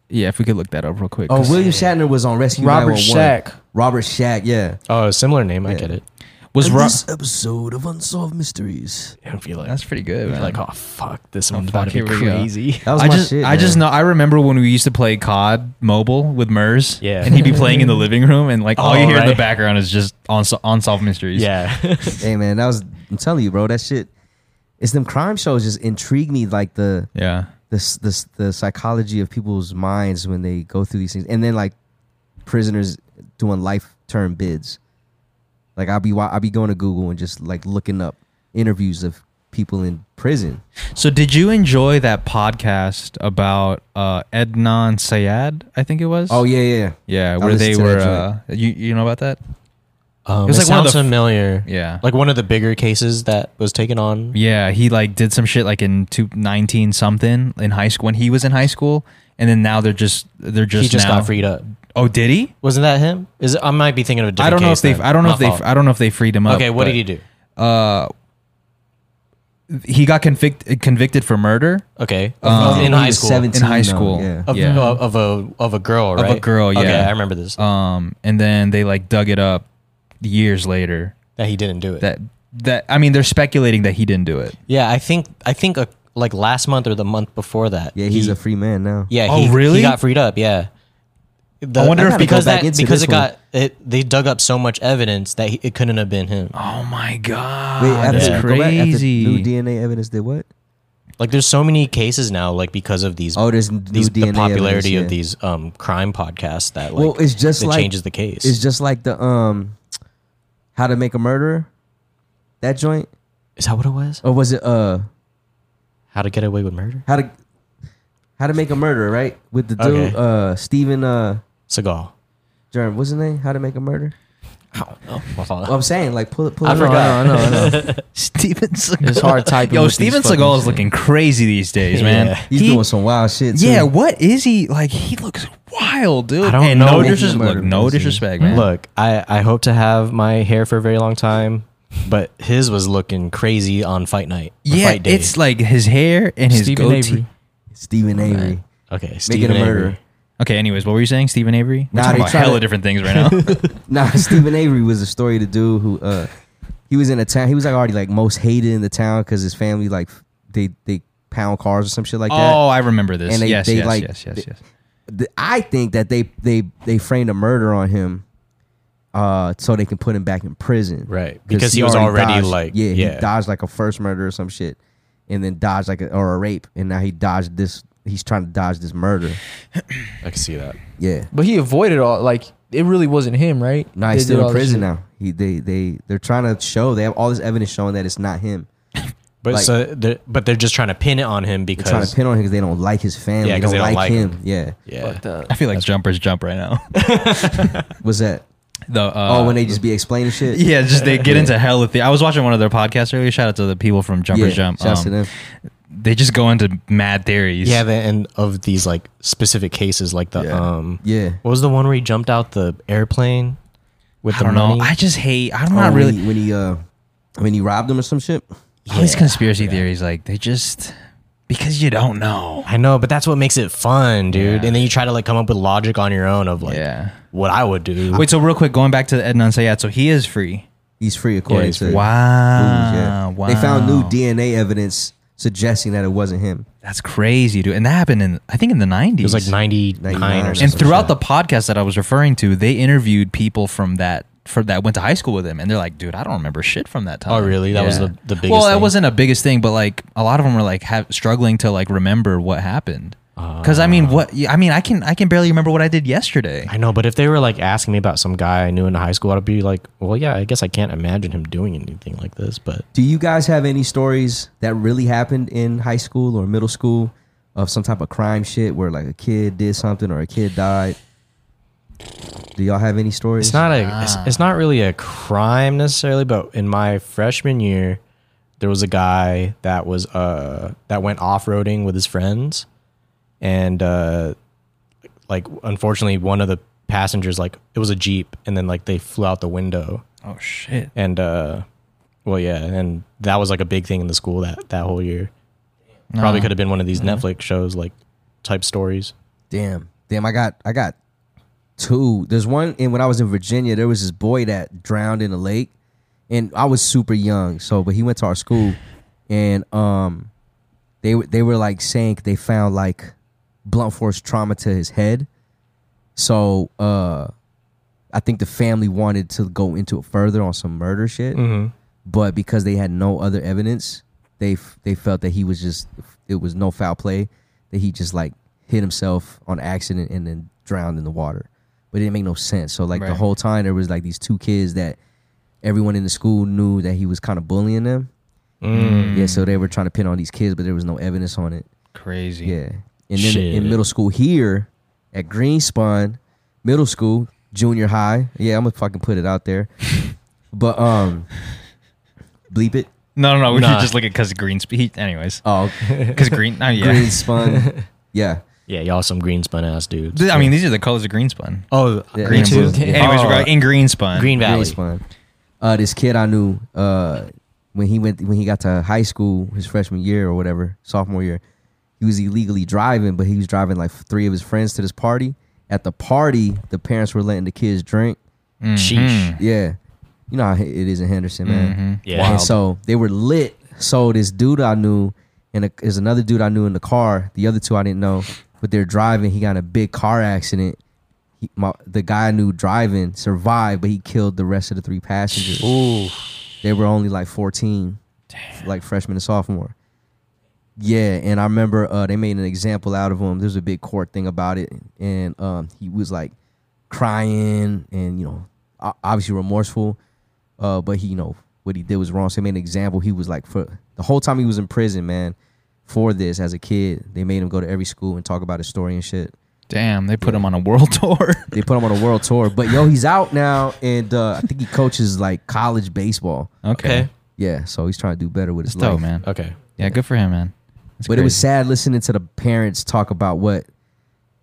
Yeah, if we could look that up real quick. oh 'cause- William Shatner was on Rescue Robert 911. Shack. Robert Shack, yeah. Oh, similar name. I Yeah. get it. was Ro- episode of Unsolved Mysteries. I'd be like, That's pretty good. Man. like, oh fuck, this one's fuck, about to be here we go. crazy. That was I my just, shit. I just man. know. I remember when we used to play COD Mobile with Mers. Yeah. and he'd be playing in the living room, and like all you Oh, hear in the right. background is just on unsolved mysteries. Um, Yeah, Hey man, that was. I'm telling you, bro. That shit. It's them crime shows just intrigue me like the yeah. this this the psychology of people's minds when they go through these things, and then like prisoners doing life term bids. Like I'll be wa- I'll be going to Google and just like looking up interviews of people in prison. So, did you enjoy that podcast about uh, Ednan Sayad? I think it was. Oh yeah, yeah, yeah, I where listened they to that were. Uh, joint. you you know about that? um, It was it like one of sounds the f- familiar. Yeah. like one of the bigger cases that was taken on. Yeah, he like did some shit like in two, 19 something in high school when he was in high school, and then now they're just they're just he just now- got freed up. Oh, did he? Wasn't that him? Is it, I might be thinking of a I different. don't know case if they. then. I don't know My if they. fault. I don't know if they freed him up. Okay, but- what did he do? uh, he got convict- convicted for murder Okay, Um, in Uh, He high was school. Oh, 17 in high though, school. yeah. Of, of a of a girl, a right? girl, Okay, yeah. I remember this. Uh, Um, and then they like dug it up years later. that he didn't do it. That that I mean, they're speculating that he didn't do it. yeah, I think I think uh like last month or the month before that. Yeah, he's he- a free man now. Yeah. Oh, he, really? He got freed up. Yeah. The- I wonder I if- gotta go because back that into because this it got it, they dug up so much evidence that he, it couldn't have been him. Oh my god, Wait, that's after, go back, after new crazy. DNA evidence did what? Like there's so many cases now, like because of these Oh, there's new these DNA the popularity evidence, yeah. of these um crime podcasts that like well, it's just it like changes the case. It's just like the um, how to make a murderer. That joint, Is that what it was? or was it uh, How to get away with murder? how to how to make a murderer? Right with the Okay. dude uh Stephen uh. Seagal. Jerm, what's his name? How to Make a Murder? Oh, my fault. Well, I'm saying, like, pull it, pull it. I up. forgot. I know, I know, I know. Steven Seagal. It's hard typing Yo, with these Steven fucking Seagal is shit. looking crazy these days, man. Yeah. He's He- doing some wild shit. Too. Yeah, what is he like? He looks wild, dude. I don't and know No if he's disrespect, murdered, look, no is he? disrespect, man. Look, I, I hope to have my hair for a very long time, but his was looking crazy on fight night. or yeah, fight day. it's like his hair and his Stephen goatee. Avery. Stephen Avery okay. making Stephen a murderer. Avery. Okay, anyways, what were you saying, Stephen Avery? We're Nah, talking they about try hella to- different things right now. Nah, Stephen Avery was the story to dude who uh, he was in a town. He was like already like most hated in the town because his family like they they pound cars or some shit like that. oh, I remember this. And they- yes, they, yes, like- yes, yes, yes, The- I think that they they they framed a murder on him uh, so they can put him back in prison. Right, because he was already, dodged- like- yeah, yeah. he dodged like a first murder or some shit, and then dodged like a, or a rape, and now he dodged this. He's trying to dodge this murder. I can see that. Yeah, But he avoided all. Like it really wasn't him, right? now They he's did still all in this prison shit. now. He they they they're trying to show they have all this evidence showing that it's not him. But Like- so, they're, but they're just trying to pin it on him They're trying because to pin on him because they don't like his family. Yeah, they 'cause don't, like, him. Yeah, yeah, Fucked up. I feel like jumpers jump right now. was that? the uh, Oh, when they just be explaining shit. yeah, just they get into hell with the. I was watching one of their podcasts earlier. Shout out to the people from Jumpers yeah. Jump. Shouts to Um, them. They just go into mad theories. yeah, the, and of these like specific cases, like the um, Yeah. what was the one where he jumped out the airplane with I the don't know. money? I just hate. I'm Oh, not when really. he- when he uh when he robbed him or some shit. All these Yeah. conspiracy theories, like they just because you don't know. I know, but that's what makes it fun, dude. Yeah. And then you try to like come up with logic on your own of like Yeah. what I would do. Wait, so real quick, going back to the Edna and Sayat, so he is free. He's free according he's to free. the Wow. rules, yeah. Wow. They found new DNA evidence suggesting that it wasn't him. That's crazy, dude. And that happened in I think in the nineties. it was like 99 or 99. and something. throughout the podcast that I was referring to, they interviewed people from that for that went to high school with him, and they're like, "Dude, I don't remember shit from that time." Oh, really? That was the- the biggest Well, that thing? wasn't a biggest thing, but like a lot of them were like have, struggling to like remember what happened. Because I mean, what I mean, I can I can barely remember what I did yesterday. Ah. I know, but if they were like asking me about some guy I knew in high school, I'd be like, well, yeah, I guess I can't imagine him doing anything like this, but Do you guys have any stories that really happened in high school or middle school of some type of crime shit where like a kid did something or a kid died? Do y'all have any stories? it's not a it's, it's not really a crime necessarily but in my freshman year there was a guy that was uh that went off-roading with his friends and uh like unfortunately one of the passengers like it was a jeep and then like they flew out the window Oh shit! and uh well yeah and that was like a big thing in the school that that whole year probably could have been one of these netflix shows like type stories Damn, damn! I got, I got two. There's one, and when I was in Virginia, there was this boy that drowned in a lake, and I was super young. So, but he went to our school, and um, they were they were like saying they found like blunt force trauma to his head. So, uh, I think the family wanted to go into it further on some murder shit, Mm-hmm. but because they had no other evidence, they f- they felt that he was just it was no foul play that he just like hit himself on accident and then drowned in the water. But it didn't make no sense. So like the Right. whole time there was like these two kids that everyone in the school knew that he was kind of bullying them. Yeah, so they were trying to pin on these kids, but there was no evidence on it. Crazy. Yeah. And then Shit. in middle school here at Greenspawn, middle school, junior high. Yeah, I'm gonna fucking put it out there. but um bleep it. No, no, no. We Nah. should just look at because green. sp- He, anyways, Oh because green. Oh, yeah. Greenspun. yeah. yeah y'all some green spun ass dudes I mean, these are the colors of Greenspun. oh Yeah. green Green too Spun. Yeah. Anyways, Oh, we're going in Greenspun. green valley Greenspun. Uh this kid I knew uh when he went when he got to high school his freshman year or whatever, sophomore year, he was illegally driving, but he was driving like three of his friends to this party. At the party, the parents were letting the kids drink. sheesh Yeah. You know how it is in Henderson, man. Mm-hmm. Yeah. Wild. And so they were lit. So this dude I knew, and a- there's another dude I knew in the car. The other two I didn't know, but they're driving. He got in a big car accident. He, my, the guy I knew driving survived, but he killed the rest of the three passengers. Ooh. They were only like 14, like freshman and sophomore. Yeah, and I remember uh, they made an example out of him. There was a big court thing about it, and um, he was like crying and you know o- obviously remorseful, uh, but he you know what he did was wrong. So they made an example. He was like for the whole time he was in prison, man, for this as a kid. They made him go to every school and talk about his story and shit. Damn, they put him on a world tour. They put him on a world tour, but yo, he's out now, and uh, I think he coaches like college baseball. okay. okay Yeah, so he's trying to do better with his That's dope, life, man. okay Yeah, good for him, man. That's But it was crazy. sad listening to the parents talk about what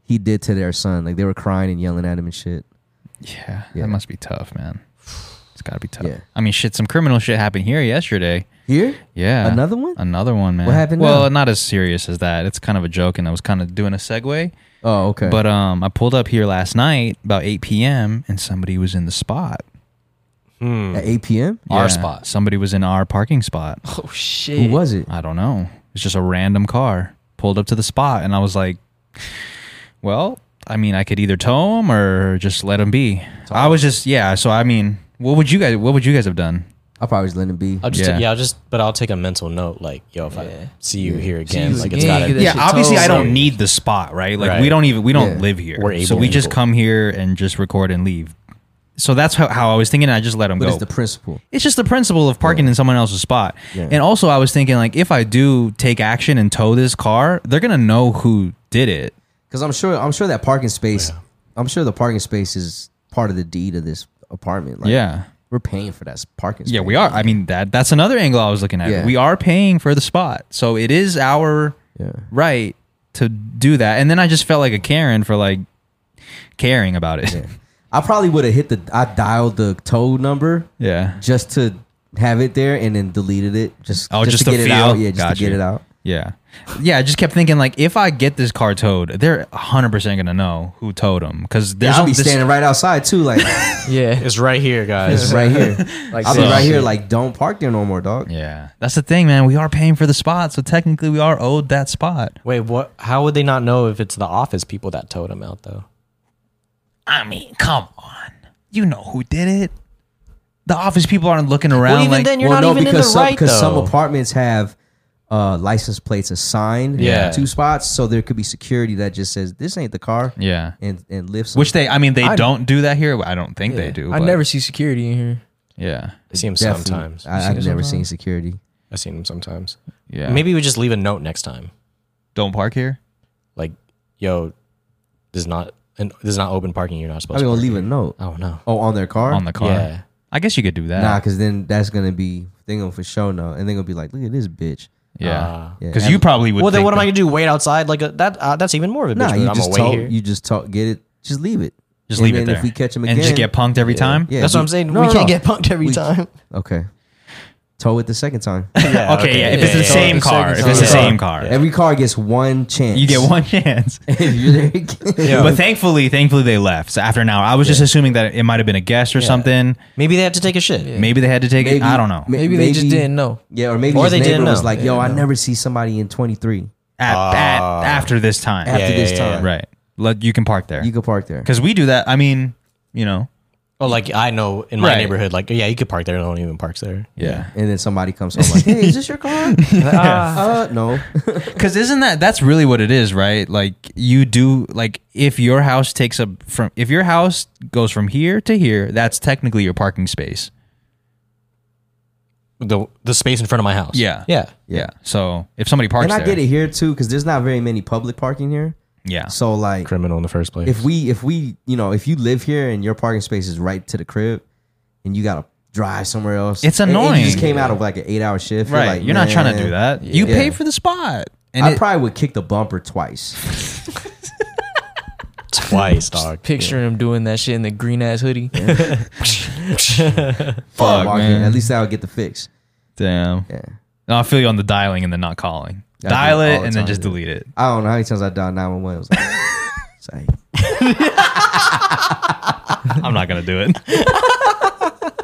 he did to their son. Like they were crying and yelling at him and shit. yeah, Yeah. that must be tough, man. It's got to be tough. Yeah. I mean, shit, some criminal shit happened here yesterday. Here, Yeah. Another one? Another one, man. What happened Well, now? not as serious as that. It's kind of a joke, and I was kind of doing a segue. oh okay, But um, I pulled up here last night about 8 p.m. and somebody was in the spot. at 8 p.m. Yeah, our spot Somebody was in our parking spot. Oh shit. Who was it? I don't know. It's just a random car pulled up to the spot, and I was like, "Well, I mean, I could either tow them or just let them be. I was just yeah. So I mean, what would you guys? What would you guys have done? I'll probably just let him be. I'll just Yeah. yeah. I'll just but I'll take a mental note like yo if I see you here again you like it's again, got get to that Yeah, shit obviously I towed. don't need the spot, right? Like we Right. don't even we don't Yeah. live here, We're so able we and just equal. come here and just record and leave. So that's how, how I was thinking. And I just let them But go. it's the principle. it's just the principle of parking in someone else's spot. Yeah. And also, I was thinking like, if I do take action and tow this car, they're gonna know who did it. Because I'm sure I'm sure that parking space I'm sure the parking space is part of the deed of this apartment. Like, yeah, We're paying for that s- parking space. yeah, we are. I mean that that's another angle I was looking at. Yeah. We are paying for the spot, so it is our Yeah. right to do that. And then I just felt like a Karen for like caring about it. Yeah, I probably would have hit the I dialed the tow number yeah. just to have it there and then deleted it. Just Oh, just to to get it feel? out. Yeah, just Got to get you. it out. yeah. I just kept thinking like, if I get this car towed, they're hundred percent gonna know who towed them because there's Yeah, I'll be this- standing right outside too, like Yeah. it's right here guys right here. Like I'll be so- right here, like don't park there no more, dog. Yeah, that's the thing, man. We are paying for the spot, so technically we are owed that spot. wait what how would they not know if it's the office people that towed him out though I mean, come on, you know who did it? The office people aren't looking around. well even like, then you're not even in the because some, right though because some apartments have uh, license plates assigned Yeah. to spots, so there could be security that just says this ain't the car. yeah, and and lifts. which they, I mean, they I- don't do that here. I don't think they do. I but- never see security in here. Yeah, I see him Definitely. sometimes I, I, I've it never sometimes? seen security. see him sometimes yeah. maybe we just leave a note next time don't park here. like yo this is not and this is not open parking you're not I'm supposed gonna to leave a note. oh no Oh, on their car. on the car. Yeah. I guess you could do that. Nah, because then that's gonna be they gonna for sure know, and they're gonna be like, look at this bitch. yeah, Yeah. because you probably would. uh, well then think what am I that- gonna do wait outside like a, that uh, that's even more of a bitch Nah, move. you I'm just gonna told, wait here you just talk, get it, just leave it, Just And leave it then there. If we catch them again, and just get punked every time. Yeah, that's we- what I'm saying No, we no, can't no. get punked every We- time Okay, tow it the second time. Yeah, okay, yeah. If it's the yeah, same yeah. car, if time. it's the Yeah. same car, Every car gets one chance. you get one chance. If you're there again. But thankfully, thankfully they left. So after an hour, I was just assuming that it might have been a guest or something. Maybe they have to take a shit. Yeah. Maybe they had to take it. Maybe- I don't know. ma- Maybe, they just didn't know. Yeah, or maybe Or his they didn't neighbor was know. like, "Yo, I never see somebody in 23 at, at after this time, after yeah, this yeah, time." yeah. right? Let you can park there You can park there. because we do that. I mean, you know, Well, Oh, like I know in my Right. neighborhood, like yeah, you could park there. No one even parks there. yeah. and then somebody comes home like, "Hey, is this your car?" Ah. uh, no. Because isn't that that's really what it is, right? Like you do like if your house takes up from if your house goes from here to here, that's technically your parking space. The the space in front of my house. Yeah. yeah. Yeah. So if somebody parks and I there, get it here too because there's not very many public parking here. yeah, So like, Criminal in the first place. if we if we you know if you live here and your parking space is right to the crib, and you gotta drive somewhere else, It's and- and annoying. you just came out of like an eight hour right. shift, You're, like, You're not trying to do "Man." that. You pay Yeah. for the spot, and I it- probably would kick the bumper twice. twice, dog. Picturing him doing that shit in the green ass hoodie. Fuck, man. At least that would get the fix. damn. Yeah. No, I feel you on the dialing and then not calling. I do Dial it it all the and then time, just dude. delete it. I don't know how many times I dialed nine one one. I was like, it's like, I'm not gonna do it.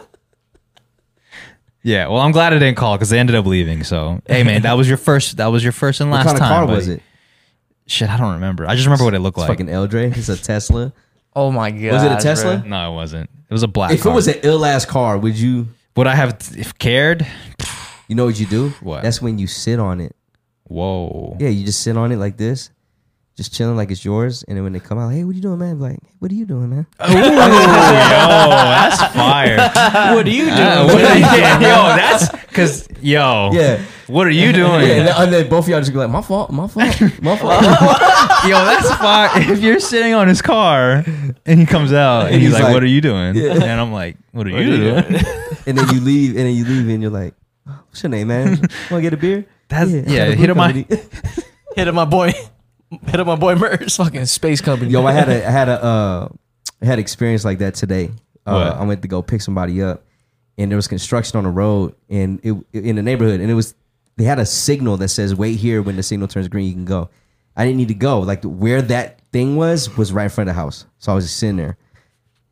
yeah, well, I'm glad I didn't call because they ended up leaving. So, hey, man, that was your first. That was your first and what last kind of time. car was buddy. it? Shit, I don't remember. I just remember what it looked It's like. fucking Eldre. It's a Tesla. Oh my god. it a Tesla? No, it wasn't. It was a black. if it car. was an ill ass car, would you? would I have t- if cared? You know what you do? What? That's when you sit on it. Whoa. Yeah, you just sit on it like this, just chilling like it's yours. And then when they come out, hey, what you doing, man? I'm like, "Hey, what are you doing, man? Yo, that's fire. what do you do? Uh, what are you doing? Yo, that's because yo. Yeah. What are you doing? Yeah, and, then, and then both of y'all just be like, my fault, my fault, my fault. Yo, that's fine. If you're sitting on his car and he comes out and, he's, he's like, like- "What are you doing?" and I'm like, "What are you doing?" and then you leave, and then you leave, and you're like, what's your name, man? Want to get a beer? That's- yeah, Calibre hit 'em up. Company. Hit up my boy. Hit up my boy Mers. Fucking space company. Yo, I had a I had a uh, I had experience like that today. Uh, What? I went to go pick somebody up, and there was construction on the road, and it in the neighborhood, and it was they had a signal that says wait here. When the signal turns green, you can go. I didn't need to go. Like where that thing was was right in front of the house, so I was just sitting there.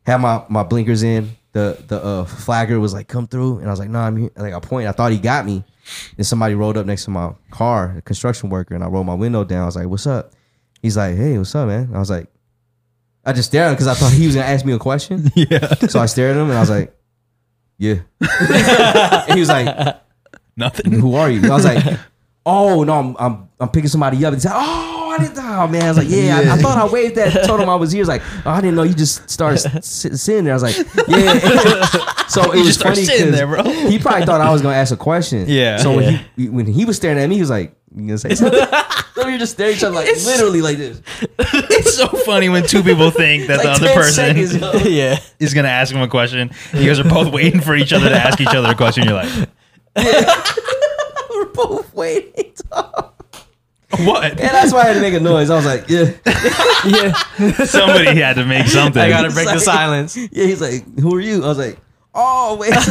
Had my my blinkers in. The the uh, flagger was like come through, and I was like no, I'm here. Like I point, I thought he got me. Then somebody rolled up next to my car, a construction worker, and I rolled my window down. I was like, what's up? He's like, hey, what's up, man? I was like, I just stared at him because I thought he was gonna ask me a question. Yeah. So I stared at him and I was like, "Yeah." and he was like, Nothing. "Who are you?" I was like, "Oh no, I'm I'm, I'm picking somebody up." And he's like, "Oh, I didn't." Oh man, I was like, "Yeah, I, I thought I waved that, told him I was here." He's like, oh, "I didn't know you just started sitting sitting there." I was like, "Yeah." so it was just started funny sitting there, bro. because he probably thought I was gonna ask a question. Yeah. So Yeah. when he when he was staring at me, he was like, "You gonna say something?" so we were just staring at each other like literally like this. It's so funny when two people think that the Like other 10 person seconds, yo. yeah. is gonna ask him a question. You guys are both waiting for each other to ask each other a question. You're like, We're both waiting. what? And that's why I had to make a noise. I was like, yeah. yeah. Somebody had to make something. I gotta break the Like- silence. Yeah, he's like, who are you? I was like, oh, wait. that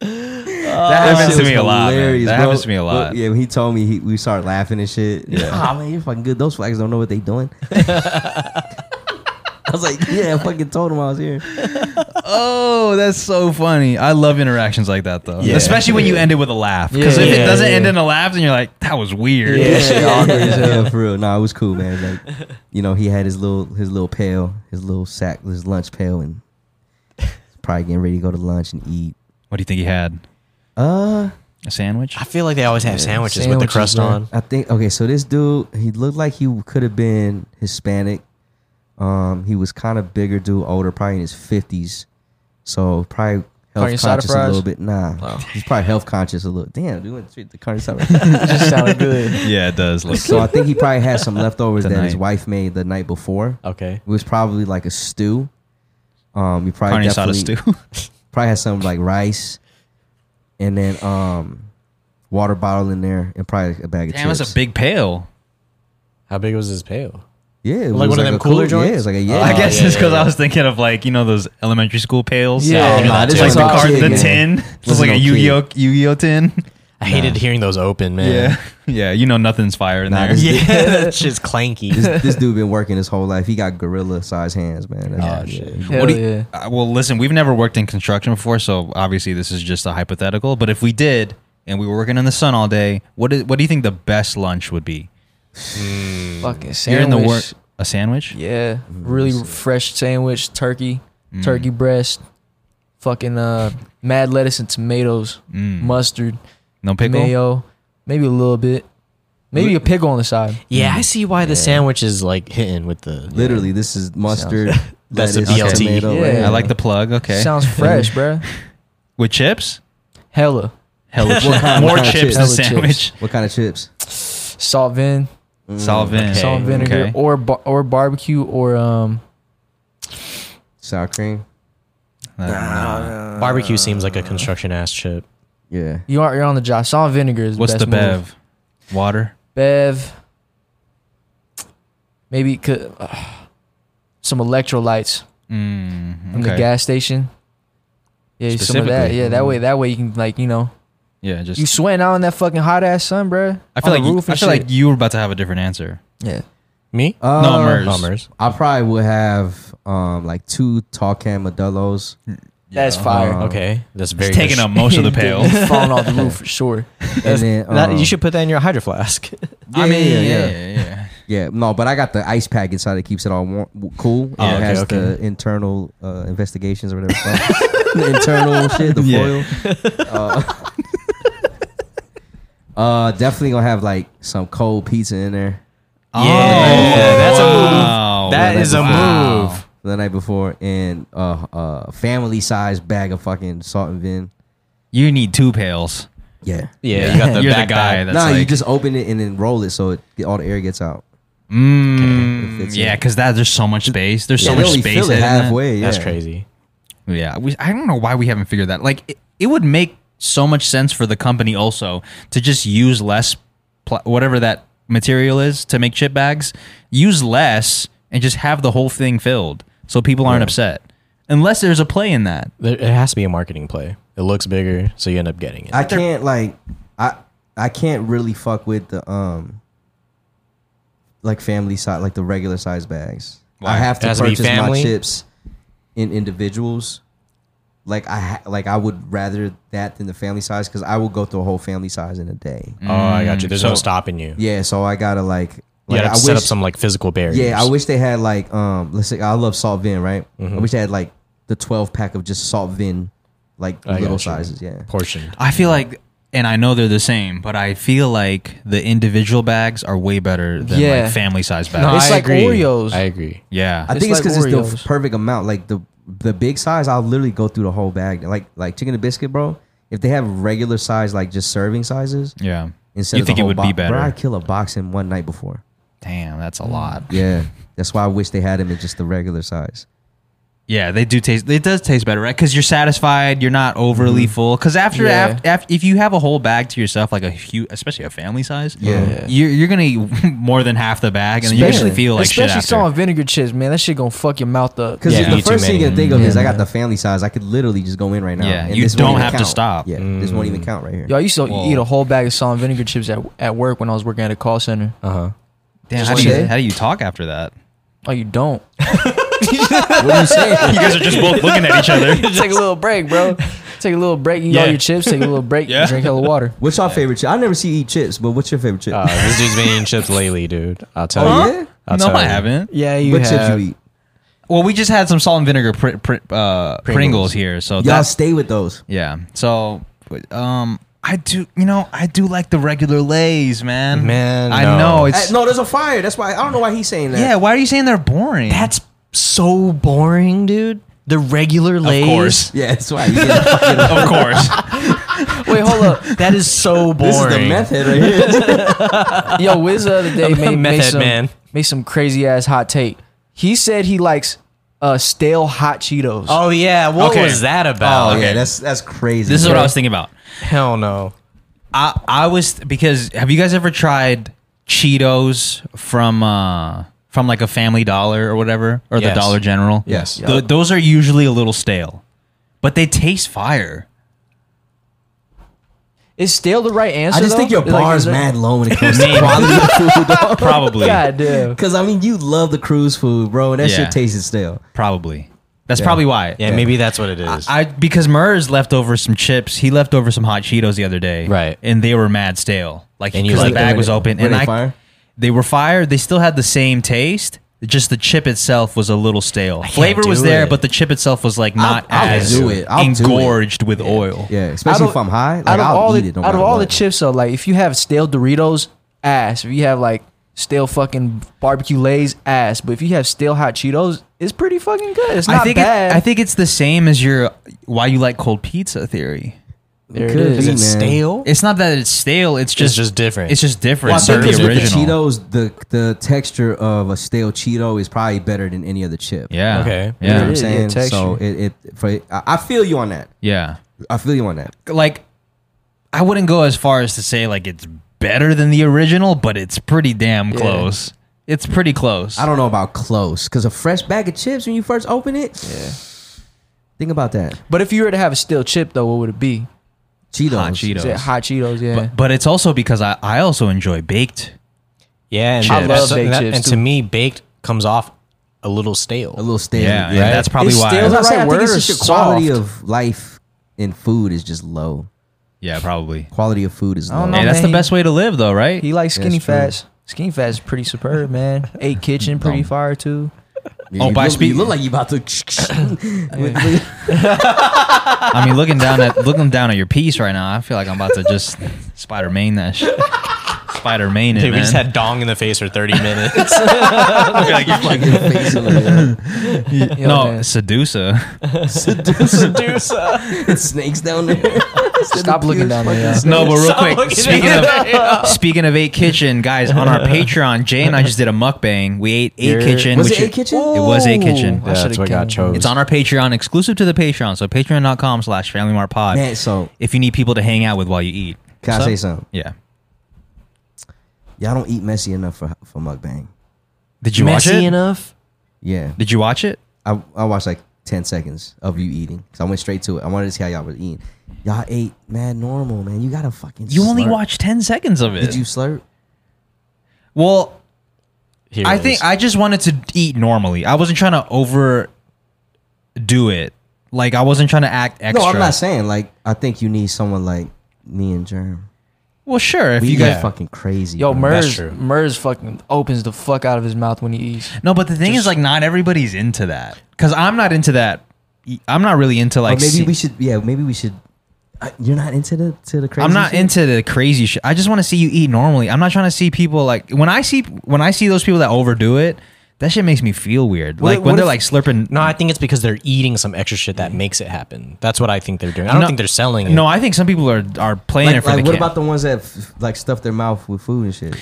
happens shit to me was a lot, man. hilarious, That bro. happens to me a lot. Well, yeah, when he told me, he, we started laughing and shit. Yeah. Oh, man, you're fucking good. Those flags don't know what they doing. I was like, yeah, I fucking told him I was here. Oh, that's so funny. I love interactions like that though. Yeah. Especially when you end it with a laugh. Because Yeah, if it yeah, doesn't yeah. end in a laugh, then you're like, that was weird. Yeah. yeah, for real. Nah, it was cool, man. Like, you know, he had his little his little pail, his little sack, his lunch pail, and probably getting ready to go to lunch and eat. What do you think he had? Uh, A sandwich? I feel like they always have sandwiches, with the sandwiches, crust bro. on. I think okay. So this dude, he looked like he could have been Hispanic. Um, he was kind of bigger dude, older, probably in his fifties. So probably Carne health asada conscious a fries? little bit. Nah, Oh. he's probably health conscious a little. Damn, dude, went straight to carne asada. It just sounded good. yeah, it does. Look. so I think he probably had some leftovers that his Tonight. wife made the night before. Okay. It was probably like a stew. Um, we probably Carne asada definitely- stew. probably had some like rice, and then um, water bottle in there, and probably a bag of Damn, chips. that's a big pail. How big was his pail? Yeah, it Like one was of them a cooler cool- Yeah, joints? it's like a yeah. I guess yeah, it's because yeah. I was thinking of like you know those elementary school pails. Yeah. I knew Nah, that this too. like was the all card, kid, the man. tin. It was This like is a Yu all Gi Oh Yu Gi Oh tin. I hated hearing those open, man. Yeah, yeah. You know nothing's fire in Nah, there. this- Yeah, that shit's clanky. this, this dude been working his whole life. He got gorilla size hands, man. That's- Oh, yeah. shit. Hell What do you- yeah. uh, well, listen, we've never worked in construction before, so obviously this is just a hypothetical. But if we did, and we were working in the sun all day, what do, what do you think the best lunch would be? Fucking sandwich. You're in the work a sandwich. Yeah, Mm-hmm. really fresh sandwich, turkey, Mm. turkey breast, fucking uh, mad lettuce and tomatoes, mustard, Mm. No pickle. mayo, maybe a little bit, maybe a pickle on the side. Yeah, I see why the sandwich is like hitting with the. Literally, this is mustard. That's a lettuce, BLT. Tomato, Yeah. right? I like the plug. Okay. Sounds fresh, bruh. With chips. Hella Hella chips. kind- More what kind of chips chips? than Hella chips. sandwich. What kind of chips? salt vin, Salt vin. okay. salt vinegar, okay. or bar- or barbecue, or um, Sour cream. Oh, Barbecue seems like a construction ass chip. Yeah. you are you're on the job. Salt vinegar is What's best the move. bev? Water. Bev, maybe could, uh, some electrolytes Mm, from the okay. gas station. Yeah, some of that. Specifically. Yeah, that way, that way you can like you know Yeah, just. you sweating out in that fucking hot ass sun, bruh. I feel on like the you, roof I and feel shit. like you were about to have a different answer. yeah, Me? Uh, no, Mers. Bummers. I probably would have um like two tall can Modelo's. that's fire. Uh, Okay, that's very. It's taking up most of the pail. You falling off the roof for sure. And then, That- um, you should put that in your hydro flask. Yeah, I mean, yeah, yeah, yeah. yeah, yeah. Yeah, no, but I got the ice pack inside that keeps it all warm, w- cool. and Oh, it okay, has the internal uh, investigations or whatever. it's called. the internal shit, the Yeah. foil. Uh, uh, definitely gonna have like some cold pizza in there Oh, Yeah, that's a move. wow. That is a Wow. move. the night before, and uh, a family size bag of fucking salt and vin. You need two pails. Yeah. Yeah, you got the You're backpack. the guy that's nah, like, you just open it and then roll it so it, all the air gets out. mm, It fits in. yeah, because that there's so much space. There's so Yeah, they much only space fill it in that. halfway. Yeah. That's crazy. Yeah, we, I don't know why we haven't figured that. Like, it, it would make so much sense for the company also to just use less, pl- whatever that material is, to make chip bags. Use less and just have the whole thing filled, so people aren't upset. Unless there's a play in that. There, it has to be a marketing play. It looks bigger, so you end up getting it. I can't like I I can't really fuck with the um like family size like the regular size bags. Why? I have to It has to be purchase my family? chips in individuals. Like I ha- like I would rather that than the family size because I will go through a whole family size in a day. oh, I got you. There's So- no stopping you. Yeah, so I gotta like you Like, gotta I set wish- up some like physical barriers. Yeah, I wish they had like um. Let's say I love Salt Vin, right? Mm-hmm. I wish they had like the twelve pack of just Salt Vin, like I little got you. sizes. Yeah. portioned. I feel like, and I know they're the same, but I feel like the individual bags are way better than Yeah. like family size bags. No, It's I like agree. Oreos. I I agree. yeah. I It's think it's like because it's Oreos. the perfect amount. Like the the big size, I'll literally go through the whole bag. Like like chicken and biscuit, bro. If they have regular size, like just serving sizes, yeah. instead you of think the it whole would bo- be better? Bro, I kill a box in one night before. Damn, that's a lot. Mm. Yeah, that's why I wish they had them in just the regular size. Yeah, they do taste. It does taste better, right? Because you're satisfied. You're not overly Mm-hmm. full. Because after, Yeah. af af- if you have a whole bag to yourself, like a huge, especially a family size, Yeah. you're, you're gonna eat more than half the bag, and then you're gonna Especially- feel like especially shit after. salt and vinegar chips, man. That shit gonna fuck your mouth up. Because Yeah. the Eat too first thing you many. can think of is I Yeah. got the family size. I could literally just go in right now. Yeah, and you this won't don't even have to count. stop. Mm. Yeah, this won't even count right here. Yo, I used to Whoa. eat a whole bag of salt and vinegar chips at, at work when I was working at a call center. Uh huh. Damn, Just how do one you day? how do you talk after that? Oh, you don't. what are you saying? You guys are just both looking at each other. take a little break, bro. Take a little break. Eat Yeah. all your chips. Take a little break. Yeah. Drink hella water. What's your favorite chip? I never see you eat chips, but what's your favorite chip? Uh, this dude's been eating chips lately, dude. I'll tell Huh? you. Oh, Yeah? I'll no, tell I you. haven't. Yeah, what chips you eat? Well, we just had some salt and vinegar pr- pr- uh, Pringles. here, so Y'all that's stay with those. yeah. So, um, I do, you know, I do like the regular Lay's, man. Man, I no. know Uh, it's no, there's a fire. That's why I don't know why he's saying that. yeah. Why are you saying they're boring? That's so boring, dude. The regular Lay's. course. yeah, that's why. He's getting fucking, of course. Wait, hold up. That is so boring. this is the method right here. Yo, Wiz the other day made, made Method some Man. made some crazy ass hot take. He said he likes uh, stale hot Cheetos. Oh yeah, what Okay. was that about? Oh, yeah, that's that's crazy. This is what bro. I was thinking about. Hell no. I I was because have you guys ever tried Cheetos from uh from like a Family Dollar or whatever or Yes. the Dollar General? Yes. Th- those are usually a little stale, but they taste fire. Is stale the right answer? I just think though? your bar like, is that- mad low when it comes Maybe. to quality of food, Oh, dog. Probably, God damn. Because I mean, you love the cruise food, bro, and that Yeah. shit tasted stale. probably. That's probably why. Yeah, maybe that's what it is. I because Murs left over some chips. He left over some hot Cheetos the other day, Right. And they were mad stale. Like And you because the like- bag were was they- open, were and they I fire? they were fire. They still had the same taste. Just the chip itself was a little stale. Flavor do was there, it. but the chip itself was like not I'll as do it. I'll do it. engorged with oil. Yeah, Out especially of- if I'm high. Like, out of I'll all eat the it. No out of matter all the what. chips though, like if you have stale Doritos, ass. If you have like stale fucking barbecue lays, ass. But if you have stale hot Cheetos, it's pretty fucking good. It's not I think it- bad. I think it's the same as your why you like cold pizza theory. there it Could is. be, it's man. stale. It's not that it's stale. It's just just different. It's just different. Well, I It's think not it's the with the original. Cheetos, the the texture of a stale Cheeto is probably better than any other chip. Yeah. Okay. you know what Yeah. I'm Yeah, yeah, saying. so it, it for, I I feel you on that. Yeah. I feel you on that. like I wouldn't go as far as to say like it's better than the original, but it's pretty damn close. It's pretty close. I don't know about close because a fresh bag of chips when you first open it. Yeah. Think about that. But if you were to have a stale chip though, what would it be? Cheetos. Hot Is it Cheetos. hot Cheetos? Yeah. But, but it's also because I, I also enjoy baked. yeah, and I that- love so- baked that- chips, And too. to me, baked comes off a little stale. A little stale. Yeah, and that's probably It's why. still That's what I'm Is that saying. I right think word it's or just your quality soft? of life in food is just low. yeah, probably. Quality of food is I low. don't know. Hey, that's the man. best way to live, though, right? He likes skinny That's true. fats. Skinny fats is pretty superb, man. Eight kitchen, pretty fire too. You- Oh, you by look, speed- You look like you about to. I mean, looking down at looking down at your piece right now, I feel like I'm about to just Spider Man that shit. Spider Man it, Dude, we man. just had dong in the face for 30 minutes. no man. Sedusa. snakes down there. Stop looking down there. y'all. No, but real Stop quick, looking speaking at of speaking of Eight Kitchen, guys, on our Patreon, Jay and I just did a mukbang. We ate Eight You're- Kitchen. Was which it Eight Kitchen? It was Eight Kitchen. Ooh. I should've came. It's on our Patreon, exclusive to the Patreon. So patreon.com slash Family Mart Pod. Man, so If you need people to hang out with while you eat. can I So- say something? Yeah. Y'all don't eat messy enough for for mukbang. Did you watch messy it? enough. Yeah, Did you watch it? I I watched like ten seconds of you eating because I went straight to it. I wanted to see how y'all was eating. Y'all ate mad normal, man. You gotta fucking. You only slurp. watched 10 seconds of it. Did you slurp? Well, Here I it think is. I just wanted to eat normally. I wasn't trying to overdo it. Like, I wasn't trying to act extra. No, I'm not saying like I think you need someone like me and Germ. Well, sure. If We you get guys, Yeah. fucking crazy. Yo, bro. Murs true. Murs fucking opens the fuck out of his mouth when he eats. no, but the thing is, like, not everybody's into that. Because I'm not into that. I'm not really into Or like. maybe se- we should. Yeah, maybe we should. I- You're not into the to the crazy. I'm not shit? into the crazy shit. I just want to see you eat normally. I'm not trying to see people like when I see when I see those people that overdo it. That shit makes me feel weird. What- like when what they're if- like slurping. No, I think it's because they're eating some extra shit that makes it happen. That's what I think they're doing. I don't No- think they're selling it. No, I think some people are are playing it Like, for the like, what cam- about the ones that f- like stuff their mouth with food and shit?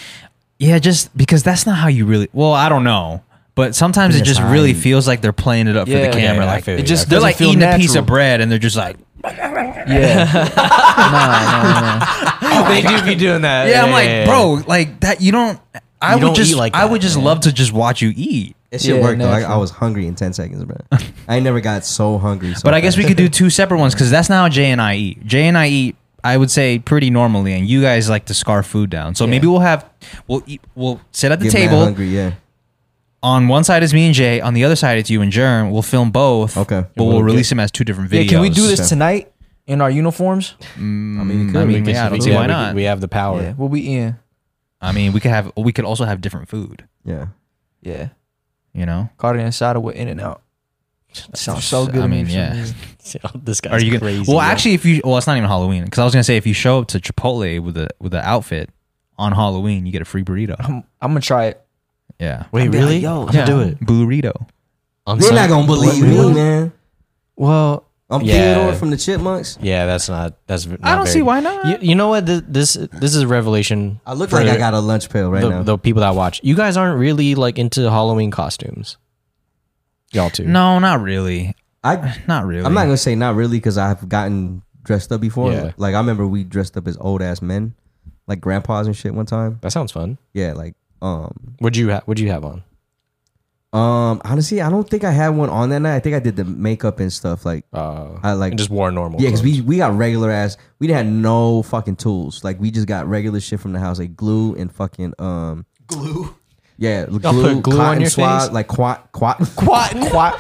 Yeah, just because that's not how you really. Well, I don't know, but sometimes it That's just how really you- feels like they're playing it up Yeah, for the camera. yeah, I like feel you. It just they're doesn't like feel eating natural. a piece of bread and they're just like, Yeah. nah, nah, nah. they do be doing that. yeah. I'm like, bro, like that. You don't. I You would don't just. eat like I that, would just man. love to just watch you eat. It should Yeah, work though. Like, I natural. was hungry in ten seconds, bro. I ain't never got so hungry. So But I guess we fast. could do two separate ones because that's not how Jay and I eat. Jay and I eat, I would say, pretty normally, and you guys like to scar food down. So maybe we'll have we'll eat, we'll sit at the Get mad table. Hungry, yeah. On one side is me and Jay. On the other side it's you and Germ. We'll film both. Okay. but we'll, We'll release them as two different videos. Mm, yeah. Can we do this Okay. tonight in our uniforms? I mean, we could. I mean, We yeah, I could- don't see why we- not. We have the power. Yeah. We'll be in. I mean, we could have we could also have different food. yeah. Yeah. You know, Carter inside with In and Out. Sounds so good. I to me mean, for some yeah. reason. this guy's are you gonna? crazy. well, bro. actually, if you well, it's not even Halloween because I was gonna say if you show up to Chipotle with a with an outfit on Halloween, you get a free burrito. I'm, I'm gonna try it. Yeah, wait, I'd be really? like, yo, I'm gonna do it. burrito. On They're Sunday. not gonna believe me, Really? man. Well, I'm Yeah. Theodore from the Chipmunks. Yeah, that's not. That's. v- I not don't very- see why not. You, you know what? Th- This this is a revelation. I look for like I got a lunch pail right the, now. the people that watch. You guys aren't really like into Halloween costumes. Y'all too. No, not really. I Not really. I'm not gonna say not really because I've gotten dressed up before. Yeah. Like I remember we dressed up as old ass men, like grandpas and shit one time. That sounds fun. Yeah, like um Would you ha- Would you have on? um honestly, I don't think I had one on that night. I think I did the makeup and stuff. Like Uh, I like and just wore normal. yeah, because clothes. we we got regular ass. We didn't have no fucking tools. Like we just got regular shit from the house, like glue and fucking um glue. Yeah, glue, put glue on cotton your swab, face? like quat quat Quattin. Quat.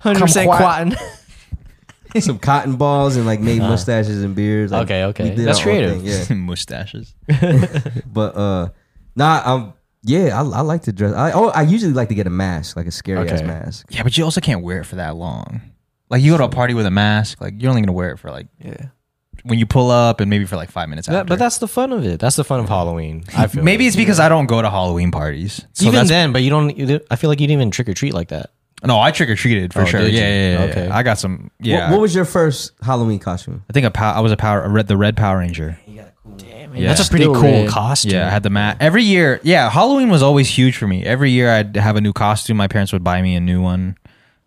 Hundred percent Kumquat. quattin. some cotton balls and like made mustaches and beards. Like, Okay, okay. we did That's our own creative. thing, yeah, mustaches. but uh, nah, I'm yeah, I, I like to dress. I oh, I usually like to get a mask, like a scary ass Okay. mask. Yeah, but you also can't wear it for that long. Like you go to a party with a mask, like you're only gonna wear it for like yeah. when you pull up and maybe for like five minutes after. That- but that's the fun of it. That's the fun of Halloween. I feel maybe it's because I don't go to Halloween parties. So even that's then, but you don't. You, didn't- I feel like you didn't even trick or treat like that. no, I trick or treated for Oh, sure. did Yeah, you? yeah, yeah, yeah. Okay. I got some. What- Yeah, What, was your first Halloween costume? I think a pow- I was a power. A red, the red Power Ranger. Yeah. That's a pretty Still cool red. costume. Yeah, I had the mat every year. Yeah, Halloween was always huge for me. Every year I'd have a new costume. My parents would buy me a new one.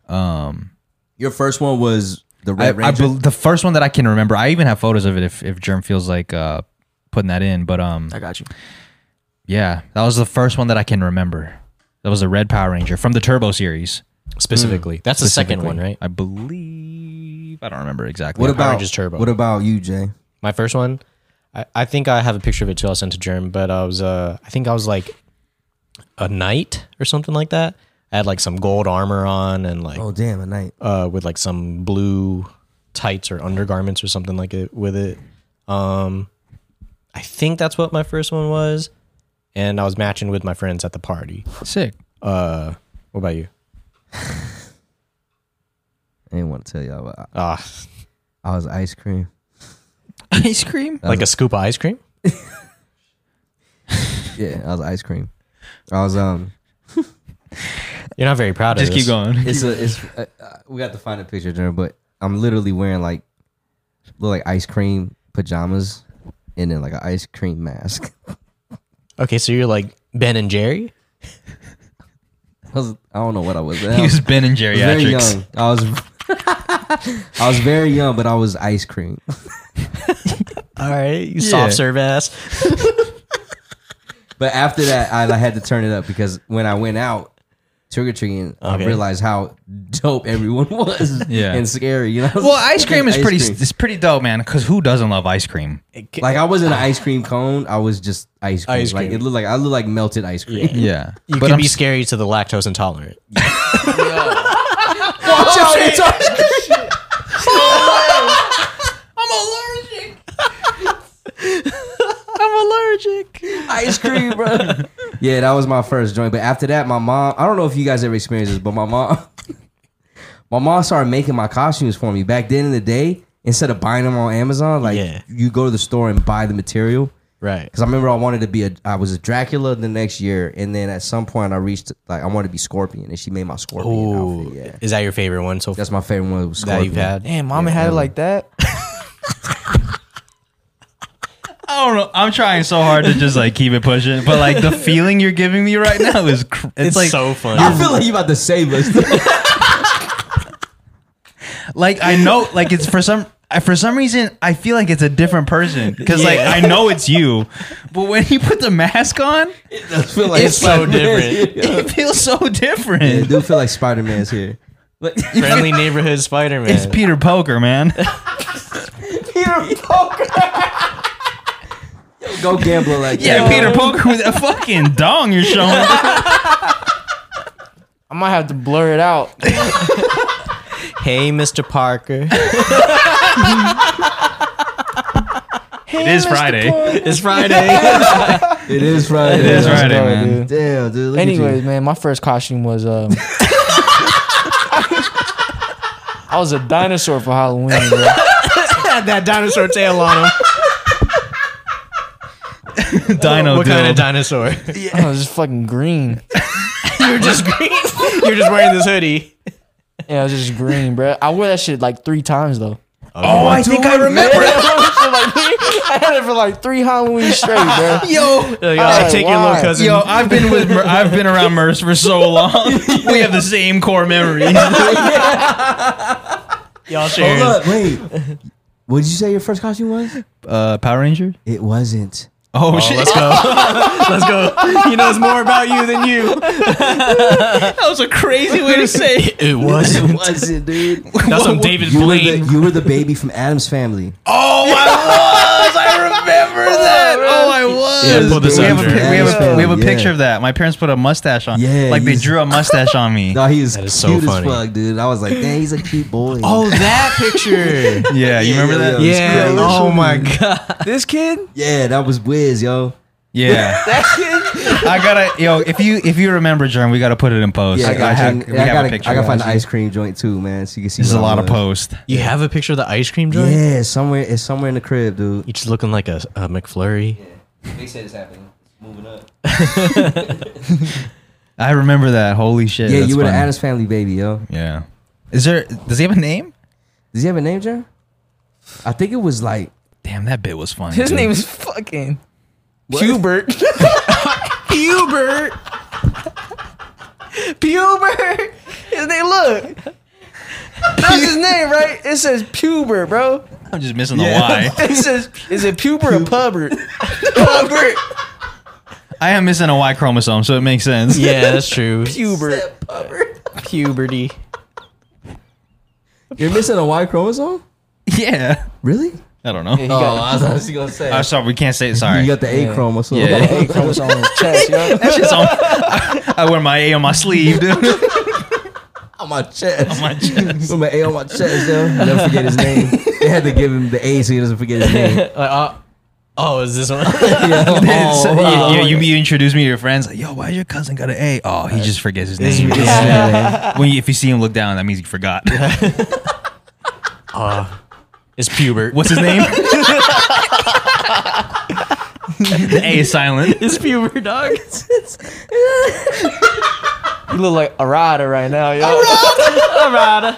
Your first one was the I, Red I Ranger. bel the first one that I can remember. I even have photos of it if if Germ feels like uh, putting that in. But um, I got you. Yeah, that was the first one that I can remember. That was a red Power Ranger from the Turbo series, Mm. specifically. That's the second one, right? I believe. I don't remember exactly. what Power about Rangers Turbo. What about you, Jay? My first one. I, I think I have a picture of it too. I sent to Germ, but I was uh I think I was like a knight or something like that. I had like some gold armor on and like Oh damn, a night. uh with like some blue tights or undergarments or something like it with it. Um I think that's what my first one was. And I was matching with my friends at the party. sick? Uh what about you? I didn't want to tell y'all, but Ah, I, I was ice cream. Ice cream. like a scoop of ice cream? Yeah, I was ice cream. I was um. You're not very proud of Just this. keep going. It's a it's. Uh, uh, we got to find a picture, Jeremy, but I'm literally wearing like, look like ice cream pajamas, and then like an ice cream mask. Okay, so you're like Ben and Jerry? I, was, I don't know what I was. He was Ben and I was very Geriatrics. young. I was. I was very young, but I was ice cream. All right, you Yeah. soft serve ass. But after that, I, I had to turn it up because when I went out trick or treating, I Okay. realized how dope everyone was. Yeah. and scary. You know. Well, ice cream is Ice pretty. cream. It's pretty dope, man. Because who doesn't love ice cream? Like I wasn't an ice cream cone. I was just ice cream. Ice Like cream. it looked like I looked like melted ice cream. Yeah, You but can I'm be s- scary to the lactose intolerant. Watch out, it's ice cream. I'm allergic. I'm yeah, that was my first joint. But after that, my mom, I don't know if you guys ever experienced this, but my mom, my mom started making my costumes for me. Back then in the day, instead of buying them on Amazon, like Yeah. you go to the store and buy the material. Right. Because I remember I wanted to be a, I was a Dracula the next year. And then at some point I reached, like, I wanted to be Scorpion. And she made my Scorpion Ooh, outfit. Yeah. is that your favorite one so far That's my favorite one. Was that Scorpion. you've had? Damn, mama had it like that. I don't know. I'm trying so hard to just like keep it pushing, but like the feeling you're giving me right now is cr- it's, It's like so funny. I feel like you about to save us. like I know like it's for some I, for some reason I feel like it's a different person because like Yeah. I know it's you, but when you put the mask on, I feel like It's so different. it feels so different. I do feel like Spider Man's here. Friendly neighborhood Spider Man. It's Peter Poker, man. Go gambler like Yeah, that. Peter Poker with a fucking dong you're showing. I might have to blur it out. hey, Mr. Parker. it is Friday. it's Friday. It is Friday. It is Yeah. Friday, Sorry, man. dude. Damn, dude. Look at you. Anyways, man, my first costume was um I was a dinosaur for Halloween, bro. Had that dinosaur tail on him. Dino what dude. kind of dinosaur? I was just fucking green. You're just green. You're just wearing this hoodie. Yeah, I was just green, bro. I wore that shit like three times though. oh, I think I remember. I had it for like three Halloween straight, bro. Yo, Like, I'll Uh, take your why? little cousin. yo, I've been with Mer- I've been around Merce for so long. we have the same core memories. Y'all share. Hold up, wait. What did you say your first costume was? Uh, Power Rangers. It wasn't. Oh, shit! Let's go. Let's go. He knows more about you than you. that was a crazy way to say it. It was. It wasn't, dude. That's some David You were, the, Blaine. you were the baby from Adam's family. Oh, I was. I remember that. Oh, I was. Yeah, pull this we, up, have a, Drew. pic- we, have a, we have a Yeah. picture of that. My parents put a mustache on. Yeah, like they he's- drew a mustache on me. No, he was That cute is so as funny. fuck, dude. I was like, dang, he's a cute boy. Oh, that picture. Yeah, you remember yeah, that? yeah. yeah. crazy. Oh my god. This kid? yeah, that was Wiz, yo. Yeah. That kid? I gotta yo. If you if you remember, Jerm, we gotta put it in post. Yeah, I gotta, Actually, hang, we I have a gotta, I picture. gotta find the ice cream joint too, man. So you can see. This is what a I lot of was. post. You have a picture of the ice cream joint? Yeah, it's somewhere it's somewhere in the crib, dude. You just looking like a, a McFlurry. They said it's happening. Moving up. I remember that. Holy shit. Yeah, that's you were the funny. Adams family baby, yo. Yeah. Is there? Does he have a name? Does he have a name, John? I think it was like Damn, that bit was funny. His dude. name is fucking Hubert. Hubert. Pubert. His name, look. That's his name, right? It says Pubert, bro. I'm just missing the Y. It says, is it Puber or Pubert? Pubert. I am missing a Y chromosome, so it makes sense. Yeah, that's true. Pubert. Puberty. you're missing a Y chromosome. Yeah. Really? I don't know. Oh, I was actually gonna say. Oh, I'm sorry, we can't say it. Sorry. You got the A Yeah. chromosome. Yeah, yeah. Hey, chromosome on his chest, yo. That shit's on- I, I wear my A on my sleeve, Oh, dude. on my chest. My chest. Put my A on my chest, yo. Never forget his name. they had to give him the A so he doesn't forget his name. Like, uh, oh, is this one? yeah. It's- Oh, wow. you, you, you introduce me to your friends. Like, yo, why your cousin got an A? Oh, he just forgets his name. Yeah. when you, if you see him look down, that means he forgot. It's Pubert. What's his name? the A is silent. It's Pubert, dog. You look like Arada right now, yo. Arada.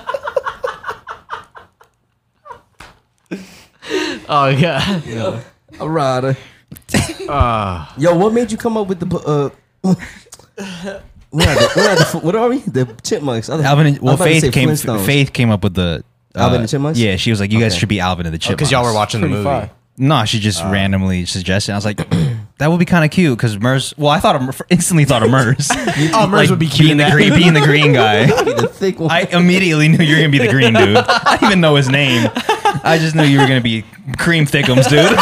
Oh yeah. A rider. Ah. Yo, what made you come up with the uh? What are, the, what, are the, what are we? The chipmunks. I was- Alvin. And, I was well, about to say Faith came. Flintstones. Faith came up with the uh, Alvin and the Chipmunks? Yeah, she was like, "You guys Okay. Oh. should be Alvin and the Chipmunks." Because Oh, y'all were watching the Pretty movie. fine. No, she just randomly suggested. I was like, "That would be kind of cute." Because Mers. Well, I thought of, Mer- instantly thought of Mers. Oh, Mers would be cute Being the green, being the green guy. the thick one. I immediately knew you were gonna be the green dude. I didn't even know his name. I just knew you were gonna be Cream Thickums, dude.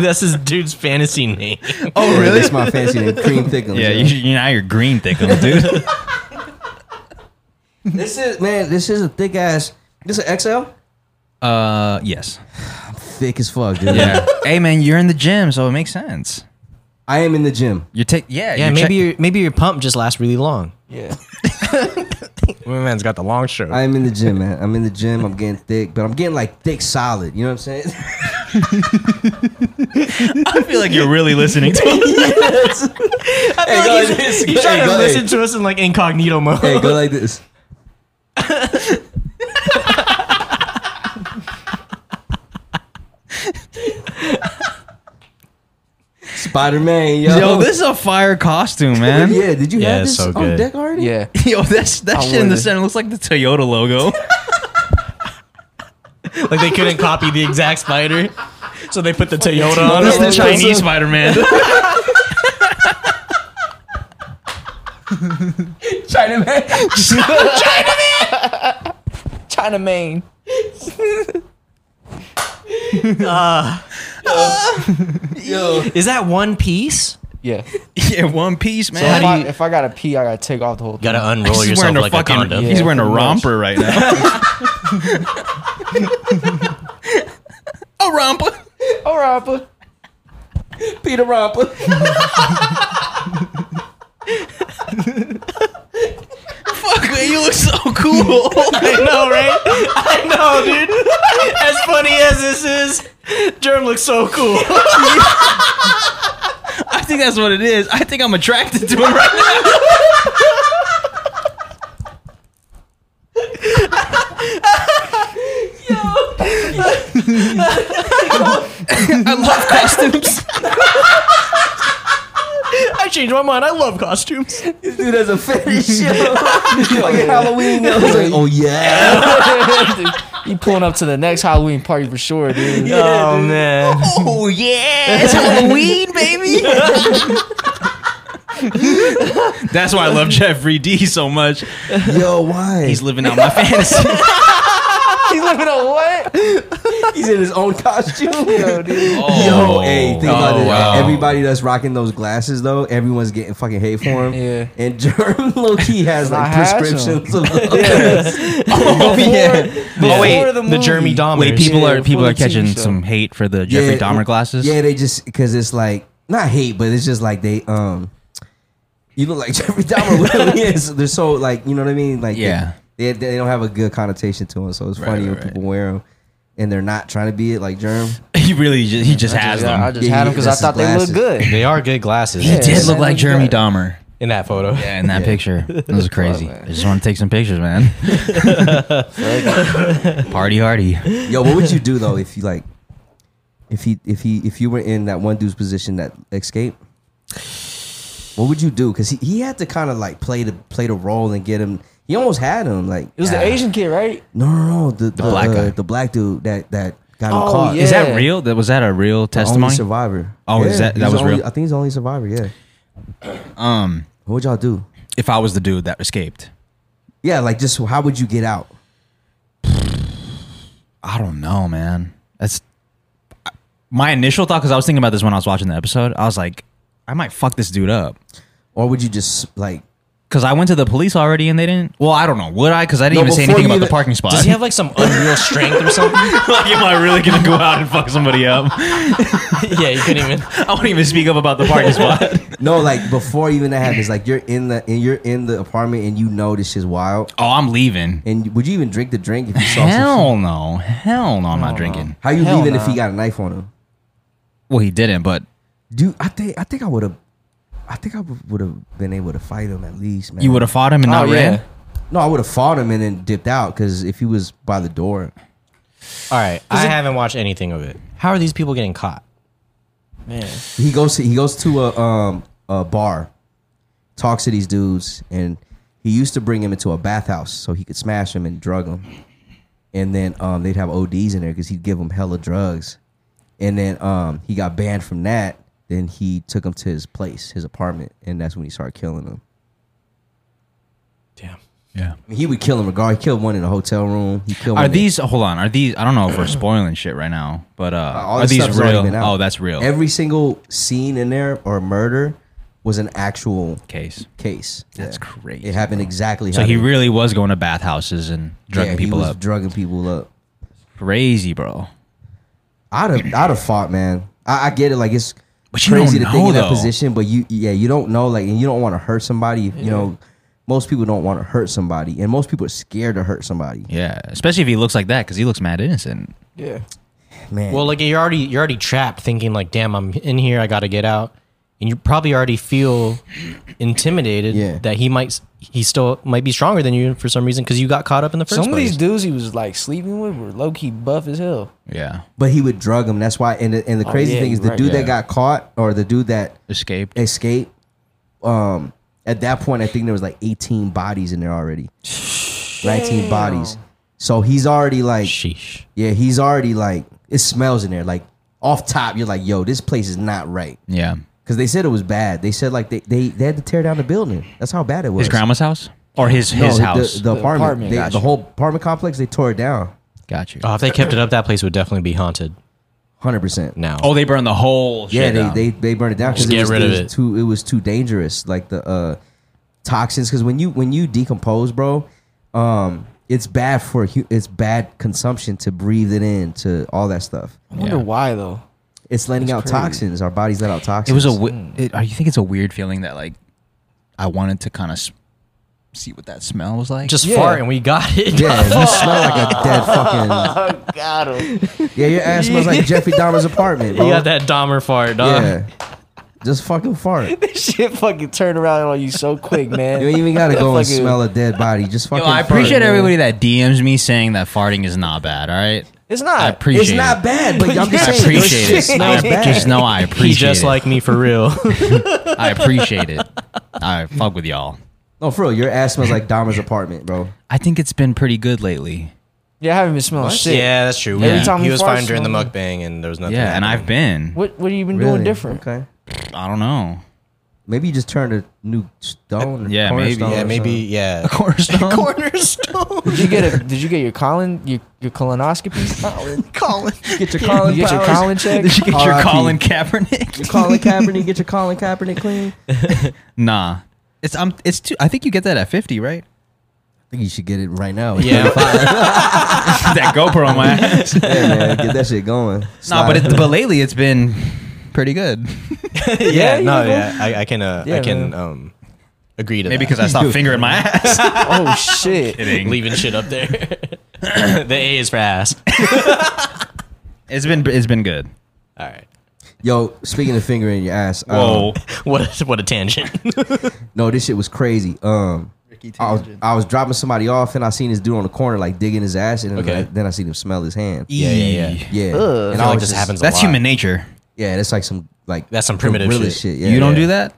That's his dude's fantasy name. oh, really? That's my fancy name, cream thickums. Yeah, yo. you, you now you're Green Thickums, dude. This is man. This is a thick ass. This is XL. Uh, yes. thick as fuck, dude. Yeah. hey man, you're in the gym, so it makes sense. I am in the gym. You take yeah. Yeah, you're maybe check- your maybe your pump just lasts really long. Yeah. My man's got the long shirt. I am in the gym, man. I'm in the gym. I'm getting thick, but I'm getting like thick solid. You know what I'm saying? I feel like you're really listening to. us. Hey, go he's, like this. he's trying Hey, to go listen like- to us in like incognito mode. hey, go like this. Spider Man, yo. Yo, this is a fire costume, man. yeah, did you Yeah, have it's this so on good. deck already? Yeah. Yo, that's that I shit in the would. center looks like the Toyota logo. like they couldn't copy the exact spider, so they put the Toyota on That's it. the Chinese Spider Man. China man. China man. Is that one piece? Yeah. yeah, One Piece, man. So How if do I, you- if I gotta pee, I gotta take off the whole thing. Gotta unroll he's yourself wearing a like fucking. a condom. He's Yeah, wearing a pretty much. romper right now. a romper. Oh, Rampa. Peter Rampa. Fuck man, you look so cool. I know, right? I know, dude. As funny as this is, Germ looks so cool. I think that's what it is. I think I'm attracted to him right now. I love costumes. I changed my mind. I love costumes. This dude has a fetish. Yo, like Halloween. I was like, oh yeah. dude, you pulling up to the next Halloween party for sure, dude. Oh man. Oh yeah, it's Halloween, baby. That's why I love Jeffrey D so much. Yo, why? He's living out my fantasy. He's living a what? He's in his own costume. Yo, dude. Oh. Yo, hey, think about Oh, it. wow. Everybody that's rocking those glasses, though, everyone's getting fucking hate for him. Yeah. And Germ low key has I like had some. prescriptions. Of Oh yeah. Oh wait, Before the, the Jeremy movie. Dahmer. Wait, people Yeah, are people for are the TV catching show. some hate for the Jeffrey Dahmer glasses. Yeah, they just because it's like not hate, but it's just like they um, you look like Jeffrey Dahmer. really is. They're so like you know what I mean. Like Yeah. they, they, they don't have a good connotation to them, so it's right, funny when right. people wear them and they're not trying to be it like Germ. He really just, he just has them. Yeah, I just Yeah, had yeah, them because I that's thought they his looked good. They are good glasses Yeah. He did man, look like look Jeremy at that. Dahmer. in that photo. Yeah, in that picture. That was crazy. I just want to take some pictures, man. Party hardy. Yo, what would you do though if you like, if he, if he, if you were in that one dude's position that escape? What would you do? Because he, he had to kind of like play the play the role and get him. He almost had him. Like It was Yeah. the Asian kid, right? No, no, no. The, the, black black guy. the black dude that that got him Oh, caught. yeah. Is that real? That was that a real The Only testimony? survivor. Oh, is that- he that the was only- real? I think he's the only survivor. Yeah. Um, What would y'all do? if I was the dude that escaped, Yeah, like just how would you get out? I don't know, man. That's my initial thought because I was thinking about this when I was watching the episode. I was like, I might fuck this dude up Or would you just like? because I went to the police already and they didn't. Well, I don't know. Would I? Because I didn't No, even say before anything you about the even- parking spot. Does he have like some unreal strength Oh, or something? like, am I really gonna go out and fuck somebody up? yeah, you couldn't even. I won't even speak up about the parking spot. No, like before even that happens, like you're in the and you're in the apartment and you know this shit's wild. Oh, I'm leaving. And would you even drink the drink if you saw some Hell no. Hell no, I'm not drinking. How you Hell leaving nah. if he got a knife on him? Well, he didn't, but Dude, I think I think I would have, I think I would have been able to fight him at least, man. you would have fought him and not Oh, yeah. ran. No, I would have fought him and then dipped out because if he was by the door, All right, I haven't watched anything of it. How are these people getting caught? Man. he goes to, he goes to a um a bar, talks to these dudes, and he used to bring him into a bathhouse so he could smash him and drug him, and then um they'd have ODs in there because he'd give them hella drugs, and then um he got banned from that. Then he took him to his place, his apartment, and that's when he started killing them. Damn. Yeah. I mean, he would kill him regardless. He killed one in a hotel room. He killed. one Are in- these hold on, are these I don't know if we're spoiling shit right now, but uh, all are this these stuff's already real? been out. Oh, that's real. Every single scene in there or murder was an actual case. case. That's crazy, It happened exactly. So how he they- really was going to bathhouses and drugging yeah, people he was up. Drugging people up. crazy, bro. I'd have, I'd have fought, man. I, I get it. Like it's But you crazy don't to think know, in that though. position, but you, yeah, you don't know. Like, and you don't want to hurt somebody. You know, most people don't want to hurt somebody, and most people are scared to hurt somebody. Yeah, especially if he looks like that because he looks mad innocent. Yeah. Man, Well, like you're already you're already trapped, thinking like, "Damn, I'm in here. I got to get out." And you probably already feel intimidated Yeah. that he might he still might be stronger than you for some reason because you got caught up in the first Some of place. these dudes he was like sleeping with were low key buff as hell. Yeah, but he would drug him. That's why. And the, and the crazy yeah, thing is, you're the right, dude Oh, yeah. that got caught or the dude that escaped. escaped, um, at that point, I think there was like 18 bodies in there already, 19 bodies. So he's already like, Sheesh. yeah, he's already like, it smells in there. Like off top, you're like, yo, this place is not right. Yeah, Because they said it was bad. They said like they, they, they had to tear down the building. That's how bad it was. his grandma's house or his No, his the- house. the, apartment, apartment, They- gotcha. the whole apartment complex, they tore it down, Got you. Oh, if they kept it up, that place would definitely be haunted hundred percent. now. oh, they burned the whole. shit Yeah, um, they, down. they they burned it down Just it get was, rid of was it. Too, it was too dangerous. Like the uh, toxins, because when you when you decompose, bro, um, it's bad for hu- it's bad consumption to breathe it in to all that stuff. I wonder Yeah. why though. It's letting out crazy. toxins. Our bodies let out It toxins. was a. w- It, I think it's a weird feeling that like I wanted to kind of s- see what that smell was like. just Yeah. fart and we got it. yeah. You smell like a dead fucking. Oh god. Yeah, your ass smells like Jeffrey Dahmer's apartment, bro. you got that Dahmer fart, dog. Yeah, just fucking fart. You this shit fucking turned around on you so quick, man. ain't even gotta go and Fucking- smell a dead body. Just Yo, fucking. I fart, appreciate man. everybody that DMs me saying that farting is not bad. All right, It's not. I appreciate. It's not it. bad, but I'm just I saying. appreciate your shit it. I smells bad. just know I He's appreciate just it. like me for real. I appreciate it. I fuck with y'all. No, for real, your ass smells like Dahmer's apartment, bro. I think it's been pretty good lately. yeah, I haven't been smelling shit. yeah, that's true. Every time he farts, um, mukbang and there was nothing. Yeah, and I've happening. been. What What have you been Really? doing different? Okay. I don't know. Maybe you just turned a new stone. or Yeah, maybe. cornerstone Yeah, or something. yeah. Cornerstone. Cornerstone. Did you get a Did you get your colon your your colonoscopy? Oh, Colin. Get your Colin. you get your Powers. colon check? Did you get your RIP. Colin Kaepernick? Your Colin Kaepernick. Get your Colin Kaepernick clean. I Nah. It's um it's too I think you get that at 50, right? think you should get it right now. Yeah. that GoPro on my ass. yeah, man, get that shit going. nah, but it, but lately it's been pretty good. yeah, no, yeah. I, I can uh, I Yeah, can man. um agree to Maybe that. because I stopped fingering my ass. oh shit! leaving shit up there. the A is for ass. It's been it's been good. All right. yo, speaking of finger in your ass. um, Whoa. What a, what a tangent. no, this shit was crazy. Um, I was, I was dropping somebody off and I seen this dude on the corner like digging his ass and then, Okay. like, then I seen him smell his hand. Yeah, yeah, yeah. Yeah, Ugh. and I feel like was this just- happens a That's lot. human nature. Yeah, that's like some like That's some primitive gorilla shit. Yeah, you don't yeah. do that?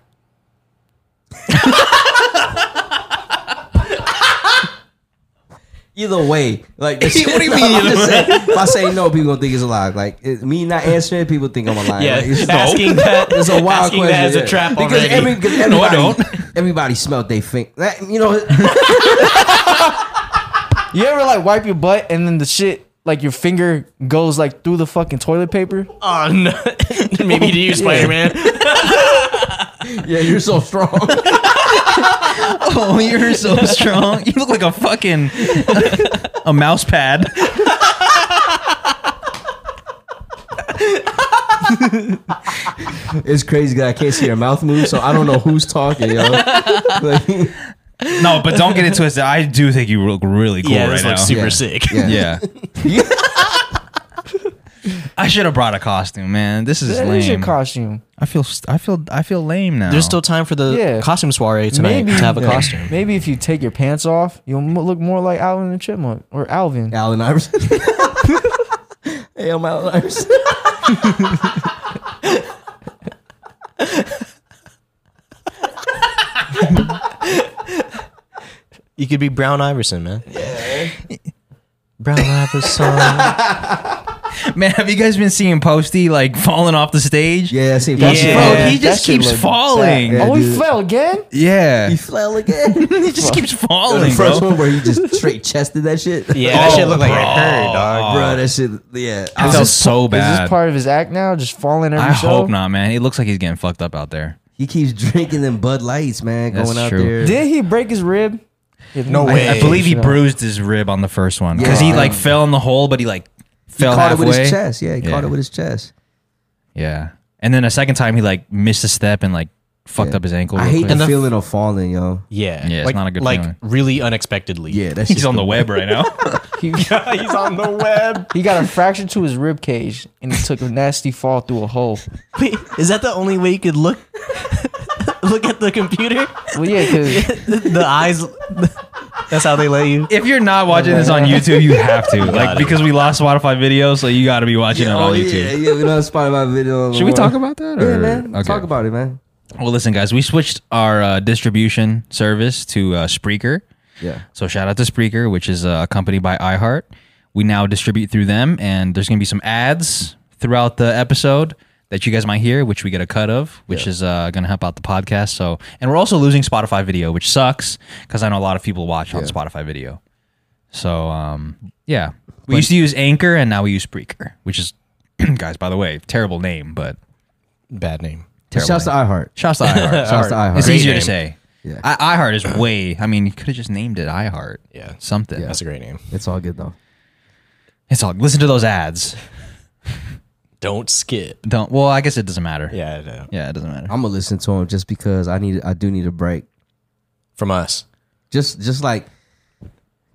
Either way, like what do you mean? if I say no, people gonna think it's a lie. Like it, me not answering, people think I'm a liar. Yeah, Like, it's, asking that it's a wild asking question. that as yeah. a trap because already. every- 'cause No, I everybody, don't. Everybody smelled they think that, you know. You ever like wipe your butt and then the shit like your finger goes like through the fucking toilet paper? oh, no. Maybe to you, Spider Man. yeah, you're so strong. Oh, you're so strong. You look like a fucking a mouse pad. it's crazy because I can't see your mouth move, so I don't know who's talking, yo. Like, No, but don't get it twisted. I do think you look really cool yeah, right this now. looks super Yeah. sick. Yeah. Yeah. I should have brought a costume, man. This is That lame. is your costume. I feel I feel I feel lame now. There's still time for the Yeah. costume soiree tonight Maybe- to have a Yeah. costume. Maybe if you take your pants off, you'll mo- look more like Alvin the Chipmunk or Alvin. Allen Iverson. hey, I'm Allen Iverson. You could be Brown Iverson, man. Brown Iverson. man, have you guys been seeing Posty like falling off the stage? Yeah, I see. That Yeah. shit- Yeah, bro, he just that shit keeps looked falling. sad. Yeah, oh, he dude. fell again. He fell again. he just keeps the falling, first bro. one where he just straight chested that shit. yeah, that Oh, shit looked like bro. it hurt, dog. bro, that shit. Yeah, Uh, I I was felt just- so Is bad. this part of his act now? Just falling every I show? hope not, man. It looks like he's getting fucked up out there. he keeps drinking them Bud Lights, man. That's going out true. there. Did he break his rib? No I, I believe he Yeah. bruised his rib on the first one because Yeah. he like fell in the hole, but he like He fell caught halfway. it with his chest. Yeah, he caught Yeah. it with his chest. Yeah. And then a second time he like missed a step and like fucked Yeah. up his ankle. I real hate quick. the And the- feeling of falling, yo. Yeah, Yeah, it's like, not a good like feeling. really unexpectedly. Yeah, that's He's just on the web right now. He, he's on the web. he got a fracture to his rib cage and he took a nasty fall through a hole. Wait, is that the only way you could look? look at the computer. Well, yeah, because the eyes. That's how they let you. if you're not watching this on YouTube, you have to. Like because we lost Spotify video, so you got to be watching it Oh on YouTube. yeah, yeah. We know Spotify video. Should we talk about that? Or? Yeah, man. Talk about it, man. Well, listen, guys, we switched our uh, distribution service to uh, Spreaker. Yeah. So shout out to Spreaker, which is uh, a company by iHeart. We now distribute through them, and there's gonna be some ads throughout the episode that you guys might hear, which we get a cut of, which is uh, gonna help out the podcast. So, and we're also losing Spotify video, which sucks because I know a lot of people watch on Spotify video. So, um, yeah, we used to use Anchor, and now we use Spreaker, which is, guys, by the way, terrible name, but Bad name. terrible. Shouts to name. iHeart. Shouts to iHeart. Shouts to It's iHeart. Great easier name. to say. Yeah. I, iHeart is way. I mean, you could have just named it iHeart. Yeah. Something. That's a great name. It's all good though. It's all. Listen to those ads. Don't skip. Don't. Well, I guess it doesn't matter. Yeah. I know. Yeah, it doesn't matter. I'm gonna listen to him just because I need. I do need a break. From us. Just, just like,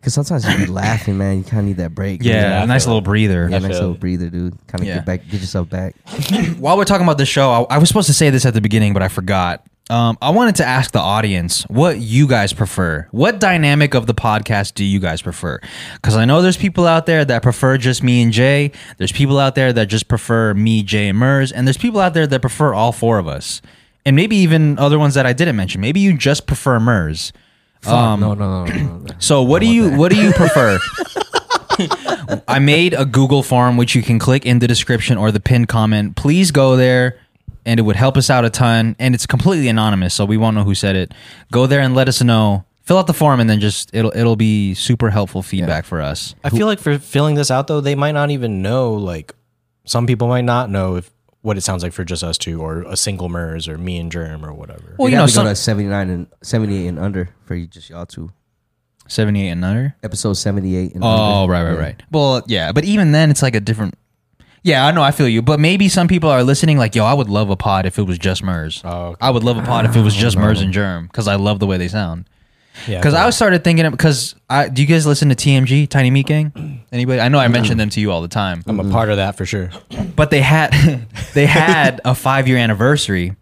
cause sometimes you be laughing, man. You kind of need that break. yeah, a nice little breather. Yeah, nice feel little it. breather, dude. Kind of Yeah. get back, get yourself back. While we're talking about this show, I, I was supposed to say this at the beginning, but I forgot. Um, I wanted to ask the audience what you guys prefer. What dynamic of the podcast do you guys prefer? Because I know there's people out there that prefer just me and Jay. There's people out there that just prefer me, Jay, and Murs. And there's people out there that prefer all four of us. And maybe even other ones that I didn't mention. Maybe you just prefer Murs. no, no, no, no, no. So what do you what do you prefer? I made a Google form which you can click in the description or the pinned comment. Please go there and it would help us out a ton and it's completely anonymous so we won't know who said it. Go there and let us know. Fill out the form and then just it'll it'll be super helpful feedback for us. I feel like for filling this out though, they might not even know. Like, some people might not know if what it sounds like for just us two, or a single MERS, or me and Germ, or whatever. Well, You, you, know, have to some, go to 79 and 78 and under for you, just y'all two. 78 and under. Episode 78 and Oh, under. right, right, Yeah. right. Well, yeah, but even then it's like a different yeah, I know. I feel you, but maybe some people are listening. Like, yo, I would love a pod if it was just Murs. Oh, okay. I would love a pod if it was just Murs and Germ because I love the way they sound. Yeah. Because I always started thinking because I do you guys listen to TMG Tiny Meat Gang? Anybody? I know I mention them to you all the time, I'm a part of that for sure. but they had they had a five year anniversary,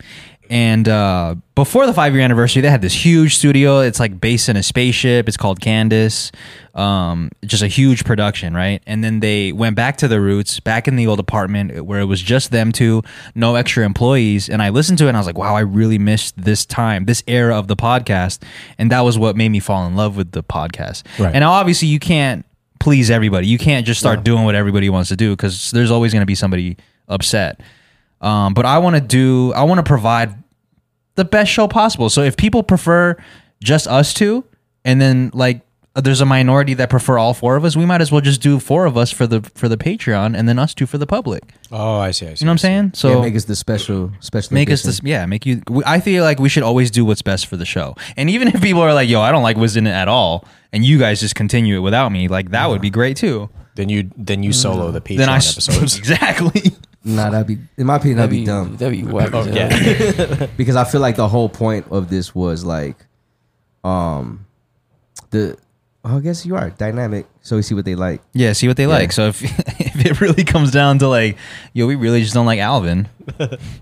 and uh, before the five year anniversary, they had this huge studio. It's like based in a spaceship. It's called Candace. Um, just a huge production, right? And then they went back to the roots, back in the old apartment where it was just them two, no extra employees. And I listened to it, and I was like, wow, I really missed this time, this era of the podcast, and that was what made me fall in love with the podcast. Right. And obviously, you can't please everybody. You can't just start doing what everybody wants to do because there's always going to be somebody upset. Um, but I want to do, I want to provide the best show possible. So if people prefer just us two, and then like there's a minority that prefer all four of us, we might as well just do four of us for the for the Patreon, and then us two for the public. You Oh, I see. I see. know what I'm saying? Yeah, So make us the special, special. make us edition. this yeah make you we- i feel like we should always do what's best for the show and even if people are like yo i don't like what's in it at all and you guys just continue it without me like that would be great too Then you then you solo the Patreon then i s- episodes. exactly Nah, that'd be, in my opinion, that'd, be, dumb. That'd be E whack. Oh, as hell. yeah. because I feel like the whole point of this was like, um, the. Oh, I guess you are dynamic, so we see what they like. yeah see what they like so if if it really comes down to like yo we really just don't like alvin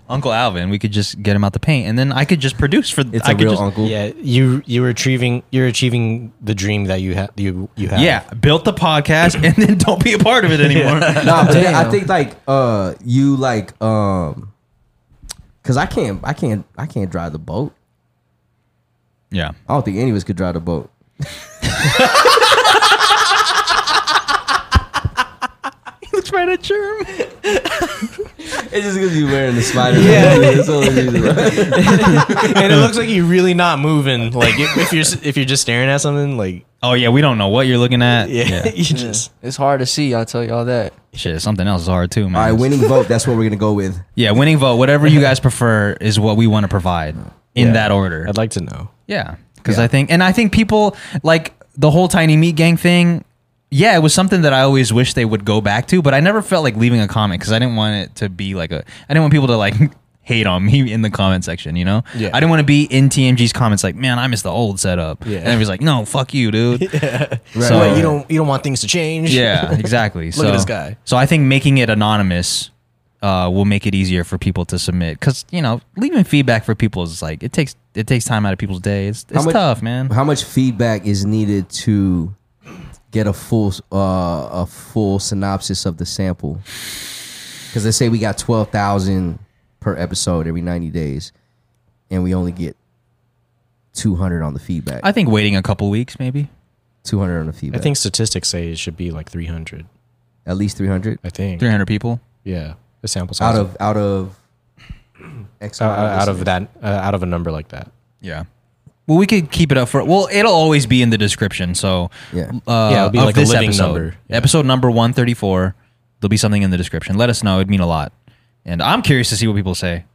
uncle alvin we could just get him out the paint and then i could just produce for It's I a could real just, uncle. yeah. You you're achieving you're achieving the dream that you have you you have. yeah built the podcast and then don't be a part of it anymore No, I'm saying, I Damn. think like uh, you like um, cause I can't, I can't, I can't drive the boat. yeah I don't think any of us could drive the boat. looks right at germ It's just because you're wearing the spider. Yeah, that's all it is. and it looks like you're really not moving. Like if, if you're s- if you're just staring at something, like oh yeah we don't know what you're looking at yeah, you Yeah. just It's hard to see. I'll tell y'all that. shit something else is hard too man all right, winning vote. That's what we're gonna go with. Yeah, winning vote, whatever you guys prefer, is what we want to provide in Yeah. that order. I'd like to know. yeah, because I think, and I think people like the whole tiny meat gang thing. yeah, it was something that I always wished they would go back to, but I never felt like leaving a comment because I didn't want it to be like a. I didn't want people to like hate on me in the comment section, you know. Yeah. I didn't want to be in TMG's comments like, man, I miss the old setup. Yeah. And everybody's like, no, fuck you, dude. So- Well, you don't you don't want things to change. Uh, Yeah, exactly. Look so, at this guy. So I think making it anonymous uh, will make it easier for people to submit because you know leaving feedback for people is like it takes it takes time out of people's day. It's, How it's much- tough, man. How much feedback is needed to get a full uh, a full synopsis of the sample? Because let's say we got twelve thousand per episode every ninety days, and we only get two hundred on the feedback. I think waiting a couple weeks maybe. Two hundred on the I feedback. think statistics say it should be like 300. at least three hundred I think. 300 people. Yeah, the sample size out of out of X uh, amount out of listeners. that uh, out of a number like that. Yeah. Well, we could keep it up for. Well, it'll always be in the description. So Yeah. uh, Yeah, it'll be of like a this living episode, number. Yeah. Episode number one thirty four. There'll be something in the description. Let us know. It'd mean a lot. And I'm curious to see what people say.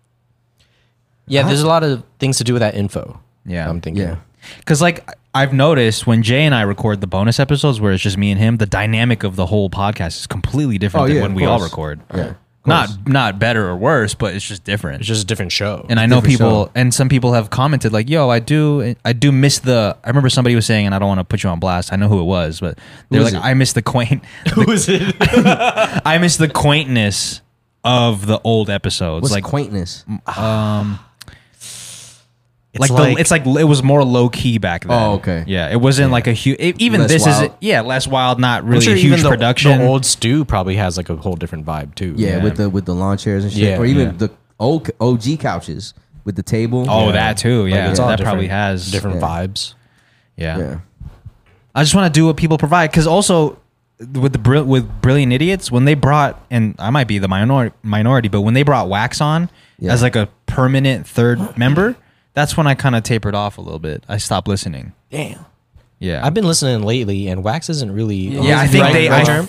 Yeah, there's a lot of things to do with that info. Yeah. I'm thinking. Yeah. Because like I've noticed when Jay and I record the bonus episodes where it's just me and him, the dynamic of the whole podcast is completely different Oh, than yeah, when of we all course. record. Yeah. Not not better or worse, but it's just different. It's just a different show. and I know different people show. and some people have commented like, "Yo, I do I do miss the." I remember somebody was saying, and I don't want to put you on blast. I know who it was, but they're is like, it? "I miss the quaint, Who is it? I miss the quaintness of the old episodes." What's like, quaintness? like, the, it's like it was more low key back then. Oh, okay. yeah, it wasn't like a huge. Even Less this wild. is yeah, less wild, not I'm really sure a even huge the, production. The old stew probably has like a whole different vibe too. Yeah, Yeah. with the with the lawn chairs and shit, Yeah, or even yeah. the old OG couches with the table. Oh, that too. Yeah, it's all that different- probably has different Yeah. vibes. Yeah. yeah. I just want to do what people provide because also with the brill with brilliant idiots when they brought and I might be the minor- minority, but when they brought Wax on Yeah. as like a permanent third member, that's when I kind of tapered off a little bit. I stopped listening. Damn. Yeah, I've been listening lately, and Wax isn't really. yeah. I Right- think right they. I, term?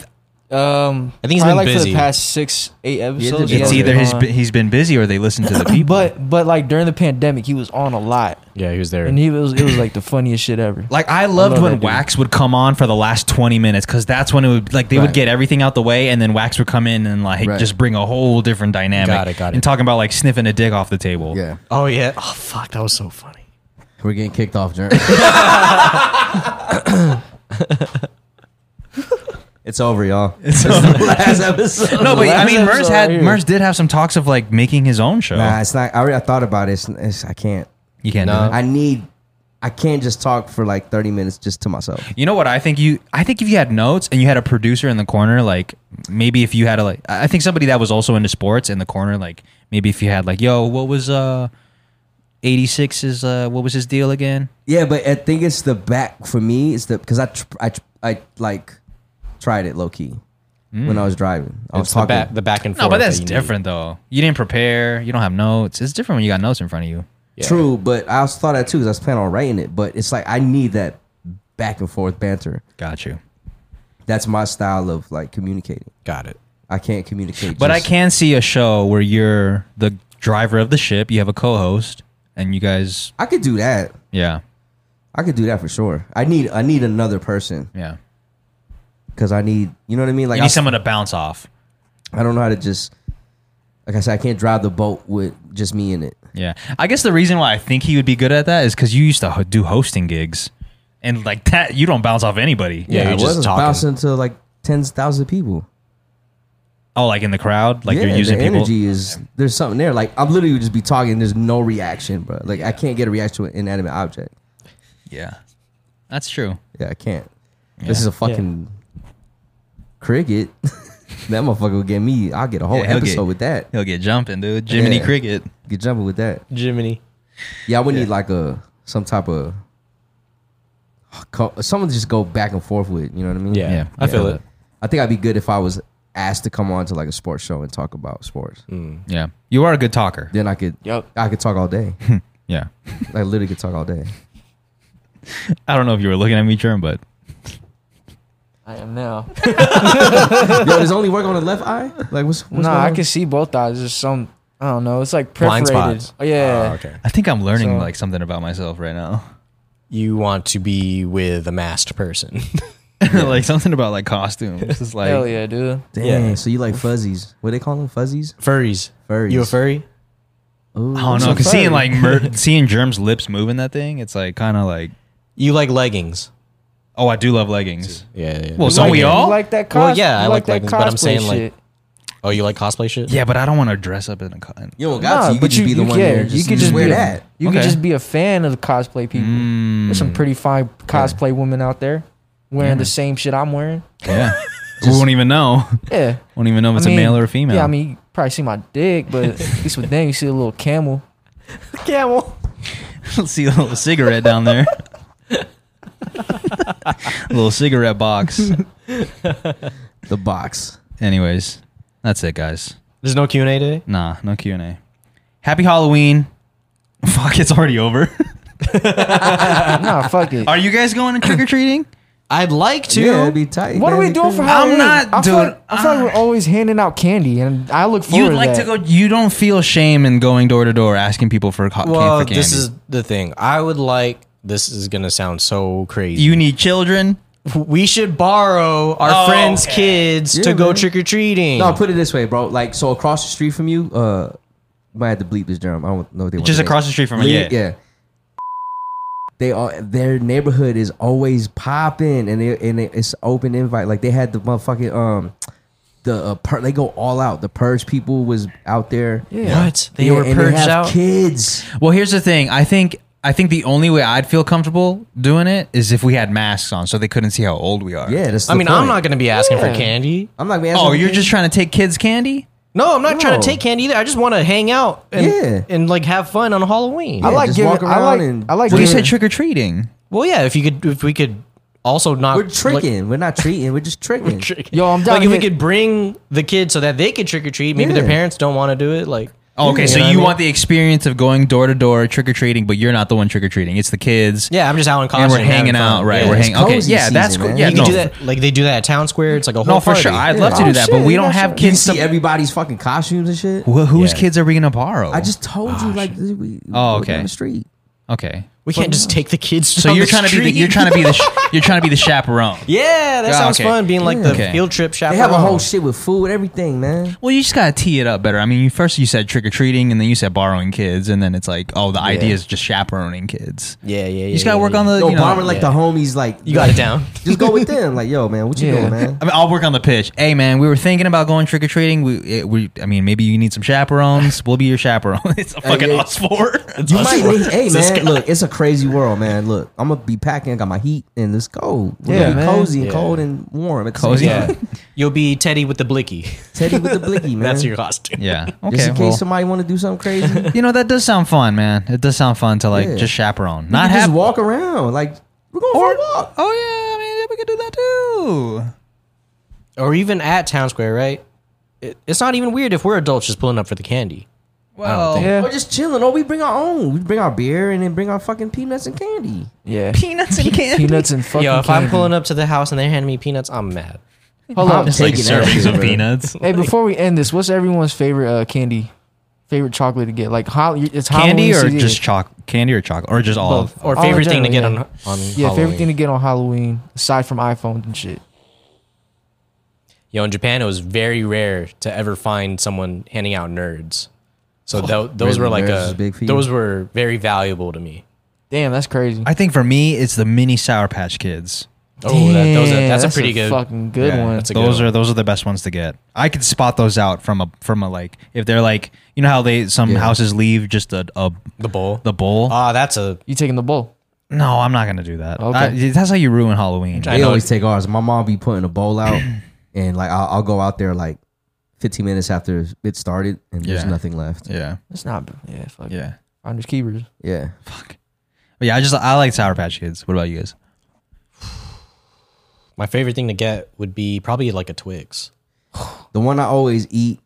Um, I think he's probably been like for busy. the past six, eight episodes. been it's busy. he either he's hasn't been been, on. he's been busy or they listen to the people. But but like during the pandemic, he was on a lot, yeah, he was there. and he was it was like the funniest shit ever. Like I loved love that when dude. Wax would come on for the last twenty minutes because that's when it would like they would Right. get everything out the way and then Wax would come in and like Right. just bring a whole different dynamic. Got it, got it. And talking about like sniffing a dick off the table. Yeah, oh yeah. Oh fuck, that was so funny. we're getting kicked off, Jer. it's over, y'all. It's the last episode. No, but I last mean, Merz episode had right here. Merz did have some talks of like making his own show. Nah, it's not. I already I thought about it. It's, it's- I can't. you can't. Nah. Do that. I need. I can't just talk for like thirty minutes just to myself. You know what I think? You I think if you had notes and you had a producer in the corner, like maybe if you had a like, I I think somebody that was also into sports in the corner, like maybe if you had like, yo, what was uh, eighty six is uh, what was his deal again? Yeah, but I think it's the back for me. It's the because I tr- I tr- I like tried it low key when I was driving. I Mm. was It's the talking. back, the back and forth. No, but that's that you need. different though. You didn't prepare. You don't have notes. It's different when you got notes in front of you. Yeah. True, but I also thought that too because I was planning on writing it. But it's like I need that back and forth banter. Got you. That's my style of like communicating. Got it. I can't communicate. But I just- can see a show where you're the driver of the ship. You have a co-host, and you guys, I could do that. yeah, I could do that for sure. I need I need another person yeah. because I need you know what I mean. Like you I, need someone to bounce off. I don't know how to just like I said I can't drive the boat with just me in it. Yeah, I guess the reason why I think he would be good at that is because you used to ho- do hosting gigs, and like that, you don't bounce off anybody. Yeah, you're I just wasn't talking. bouncing to like tens thousand people. Oh, like in the crowd, like yeah, you're using the people. energy is there's something there. Like I'm literally just be talking. There's no reaction, bro. Like I can't get a reaction to an inanimate object. Yeah, that's true. Yeah, I can't. This is a fucking cricket. that motherfucker will get me. I'll get a whole Yeah, he'll episode get- with that. He'll get jumping, dude. Jiminy Yeah. Cricket. Get jumping with that. Jiminy. Yeah, I would need like a some type of co- someone to just go back and forth with. You know what I mean? Yeah, Yeah. I feel Yeah. it. I think I'd be good if I was asked to come on to like a sports show and talk about sports. Mm. Yeah, you are a good talker. Then I could Yup. I could talk all day. Yeah, I literally could talk all day. I don't know if you were looking at me, Germ, but I am now. Yo, does it only work on the left eye? Like what's, what's nah, going I on? can see both eyes. Just some I don't know. It's like Blind perforated. spots. Oh, yeah. Oh, okay. I think I'm learning So- like something about myself right now. You want to be with a masked person. like something about like costumes. It's just like Hell yeah, dude. Damn. Yeah. So you like fuzzies? What they call them? Fuzzies? Furries. Furries. You a furry? I don't know, cause seeing like mer- seeing Germ's lips moving that thing, it's like kind of like You like leggings? oh, I do love leggings. Yeah. yeah. Well, so we Leggings. all. You like that cos- Well, yeah, I you like that leggings, but I'm cosplay saying, like, shit. Oh, you like cosplay shit? Yeah, but I don't want to dress up in a cotton. You don't got to. You could just be the one yeah, there. Just, you could just wear be a- that. You could Okay. just be a fan of the cosplay people. Mm, There's Hmm. some pretty fine cosplay women out there wearing the same shit I'm wearing. Yeah, we won't even know. Yeah, Won't even know if it's I mean, a male or a female. Yeah, I mean, you probably see my dick, but at least with them, you see a little camel. Camel. see a little cigarette down there. a little cigarette box. The box. Anyways, that's it, guys. There's no Q and A today. Nah, no Q and A. Happy Halloween. Fuck, it's already over. nah, fuck it. Are you guys going trick or treating? I'd like to. Yeah, it'd be tight. What are man. we doing for I'm Halloween? not I feel doing- like- I feel like we're always handing out candy, and I look forward You'd like that. to go. You don't feel shame in going door to door asking people for co- well, for candy. this is the thing. I would like. This is gonna sound so crazy. you need children. we should borrow our Oh, friends' okay. kids to Yeah, go man. trick or treating. No, put it this way, bro. Like, so across the street from you, uh, might have to bleep this germ. I don't know what they want. Just to across the street from it. Yeah. Yeah. yeah. They are their neighborhood is always popping, and they, and they, it's open invite. Like they had the motherfucking um, the uh, pur- they go all out. The purge people was out there. Yeah. What they Yeah, were and purged have out? Kids. Well, here's the thing. I think I think the only way I'd feel comfortable doing it is if we had masks on, so they couldn't see how old we are. Yeah, that's I the mean, point. I'm not gonna be asking Yeah. for candy. I'm not. Gonna ask Oh, no you're kid. just trying to take kids' candy? No, I'm not trying to No. take candy either. I just want to hang out and Yeah. and like have fun on Halloween. I Yeah, like just giving. walk I like. around and- I like. Well, you giving- said trick or treating. Well, yeah. If you could, if we could also not We're tricking. we're not treating. We're just tricking. Like, Yo, I'm down Like to if we hit- could bring the kids so that they could trick or treat. Maybe their Yeah. parents don't want to do it. Like Oh, okay, You so know you what I mean? want the experience of going door to door trick or treating, but you're not the one trick or treating. It's the kids. yeah, I'm just out in costume And we're hanging having fun. out, right? Yeah. we're hanging. Okay, cozy yeah, season, that's cool. man. Yeah, You no, can do that. Like they do that at Town Square. It's like a whole No, for party. sure. I'd love to Oh, do that, but shit, we don't that's have right. You kids. see To, everybody's fucking costumes and shit. Wh- whose Yeah. kids are we gonna borrow? I just told you, like, we, Oh, we're okay. down the street. okay. we can't just take the kids. So you're trying to be the, you're trying to be the sh- you're trying to be the chaperone. Yeah, that Ah, sounds okay. fun. Being like the Okay. field trip They chaperone. have a whole shit with food, everything, man. Well, you just gotta tee it up better. I mean, you, first you said trick or treating, and then you said borrowing kids, and then it's like, oh, the idea is just chaperoning kids. Yeah, yeah, yeah. You just gotta yeah, work yeah. on the Yo, you know, bomber like the homies, like You got it down. Just go with them, like, yo, man, what you Yeah. doing, man? I mean, I'll work on the pitch. Hey, man, we were thinking about going trick or treating. We, it, we, I mean, maybe you need some chaperones. We'll be your chaperone. it's a fucking yeah. us four. You might, Us- need- hey, this man, guy. look, it's a crazy world, man. Look, I'm gonna be packing. I got my heat, and let's go. We're Yeah, gonna be man. cozy and Yeah. cold and warm. At the Cozy. Yeah, cozy, you'll be Teddy with the blicky. Teddy with the blicky, man. That's your costume. yeah. Okay. Just in case well, somebody want to do something crazy, you know that does sound fun, man. It does sound fun to like Yeah. just chaperone, not just have. walk around. Like, we're going for a walk. Oh yeah, I mean, yeah, we could do that too. Or even at Town Square, right? It, it's not even weird if we're adults just pulling up for the candy. Well, think- Yeah. Or just chilling. Or we bring our own. We bring our beer and then bring our fucking peanuts and candy. yeah. peanuts and candy. Peanuts and fucking. Yo, if candy. I'm pulling up to the house and they hand me peanuts, I'm mad. Hold on. Just like Taking that servings shit, of bro. peanuts. Hey, before we end this, what's everyone's favorite uh, candy? Favorite chocolate to get? Like, ho- it's Candy Halloween or season. just choc? Candy or chocolate or just all? Or All in favorite thing to get general, on on yeah, favorite Halloween. thing to get on Halloween aside from iPhones and shit. Yo, in Japan, it was very rare to ever find someone handing out nerds. So tho- those Really, were like nerds is a, big for you? those were very valuable to me. Damn, that's crazy. I think for me, it's the mini Sour Patch Kids. Oh, that, those are, Damn, that's, a pretty good. fucking good Yeah, one. that's a good those one. are those are the best ones to get. I could spot those out from a from a like if they're like you know how they some Yeah. houses leave just a, a the bowl. the bowl. Uh, Ah, that's a you taking the bowl? no, I'm not gonna do that. Okay. I- that's how you ruin Halloween. I they know. always take ours. My mom be putting a bowl out, and like I'll, I'll go out there like 15 minutes after it started, and there's Yeah. nothing left. yeah, It's not. Yeah, fuck. yeah, Finders keepers. Yeah, fuck. But yeah, I just I like Sour Patch Kids. What about you guys? my favorite thing to get would be probably like a Twix. the one I always eat,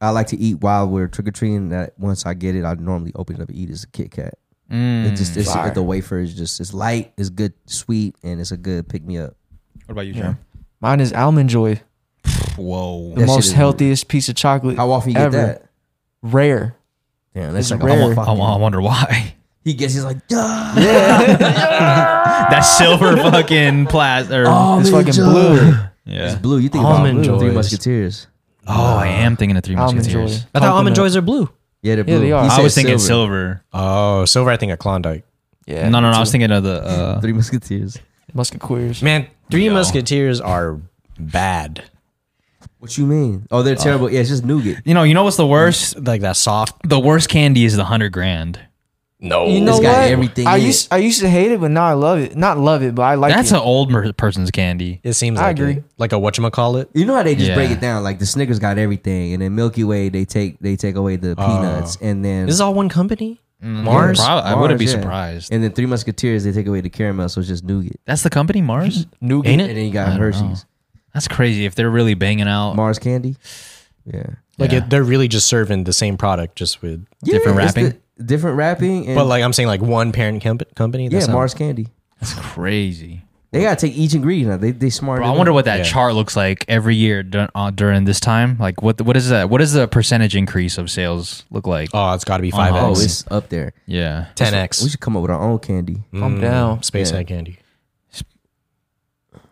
I like to eat while we're trick or treating. That once I get it, I normally open it up and eat is a Kit Kat. Mm. it just it's, Fire. the wafer is just it's light, it's good, sweet, and it's a good pick me up. What about you, Yeah. Mine is almond joy, Whoa, the That shit most is- healthiest piece of chocolate. How often you get ever. that? Rare. Yeah, It's rare. I, wa- I wonder why. He He gets, he's like, duh. That silver fucking plaster. Oh, Almond it's fucking Joy. blue. yeah. It's blue. You think Almond about blue, Three Joys. Musketeers. Oh, I am thinking of Three Almond Joy. Musketeers. I thought almond Compliment. joys are blue. Yeah, they're blue. Yeah, they are. He I I said was thinking silver. Oh, silver. I think of Klondike. Yeah. no, no, no. I was thinking of the. Uh, Three Musketeers. Musket queers. Man, Three Musketeers are bad. What you mean? Oh, Uh, they're terrible. Yeah, it's just nougat. you know, you know what's the worst? Like that soft. The worst candy is the hundred grand. No. You know It's what? got everything I in it. used I used to hate it, but now I love it. Not love it, but I like That's it. an old mer- person's candy. It seems I like agree. it. Like a whatchamacallit. You know how they just Yeah. break it down? Like the Snickers got everything, and then Milky Way they take they take away the Uh, peanuts, and then This is all one company? Mars? Mm-hmm. Prob- Oh, I Mars, wouldn't be yeah. surprised. And then Three Musketeers they take away the caramel, so it's just nougat. That's the company Mars. nougat. Ain't And then it? you got Hershey's, That's crazy. If they're really banging out Mars candy. Yeah, Like Yeah. it, they're really just serving the same product, just with. Different it's wrapping? the- different wrapping, and But like I'm saying, like one parent com- company. yeah, That's not- Mars candy. That's crazy. They gotta take each ingredient. out. They they smart. Bro, I it wonder up. what that Yeah. chart looks like every year dur- uh, during this time. Like, what what is that? What is the percentage increase of sales look like? Oh, it's got to be five Oh, x, it's up there. yeah, ten We x. Mm, should come up with our own candy. I'm down. Space Yeah. egg candy.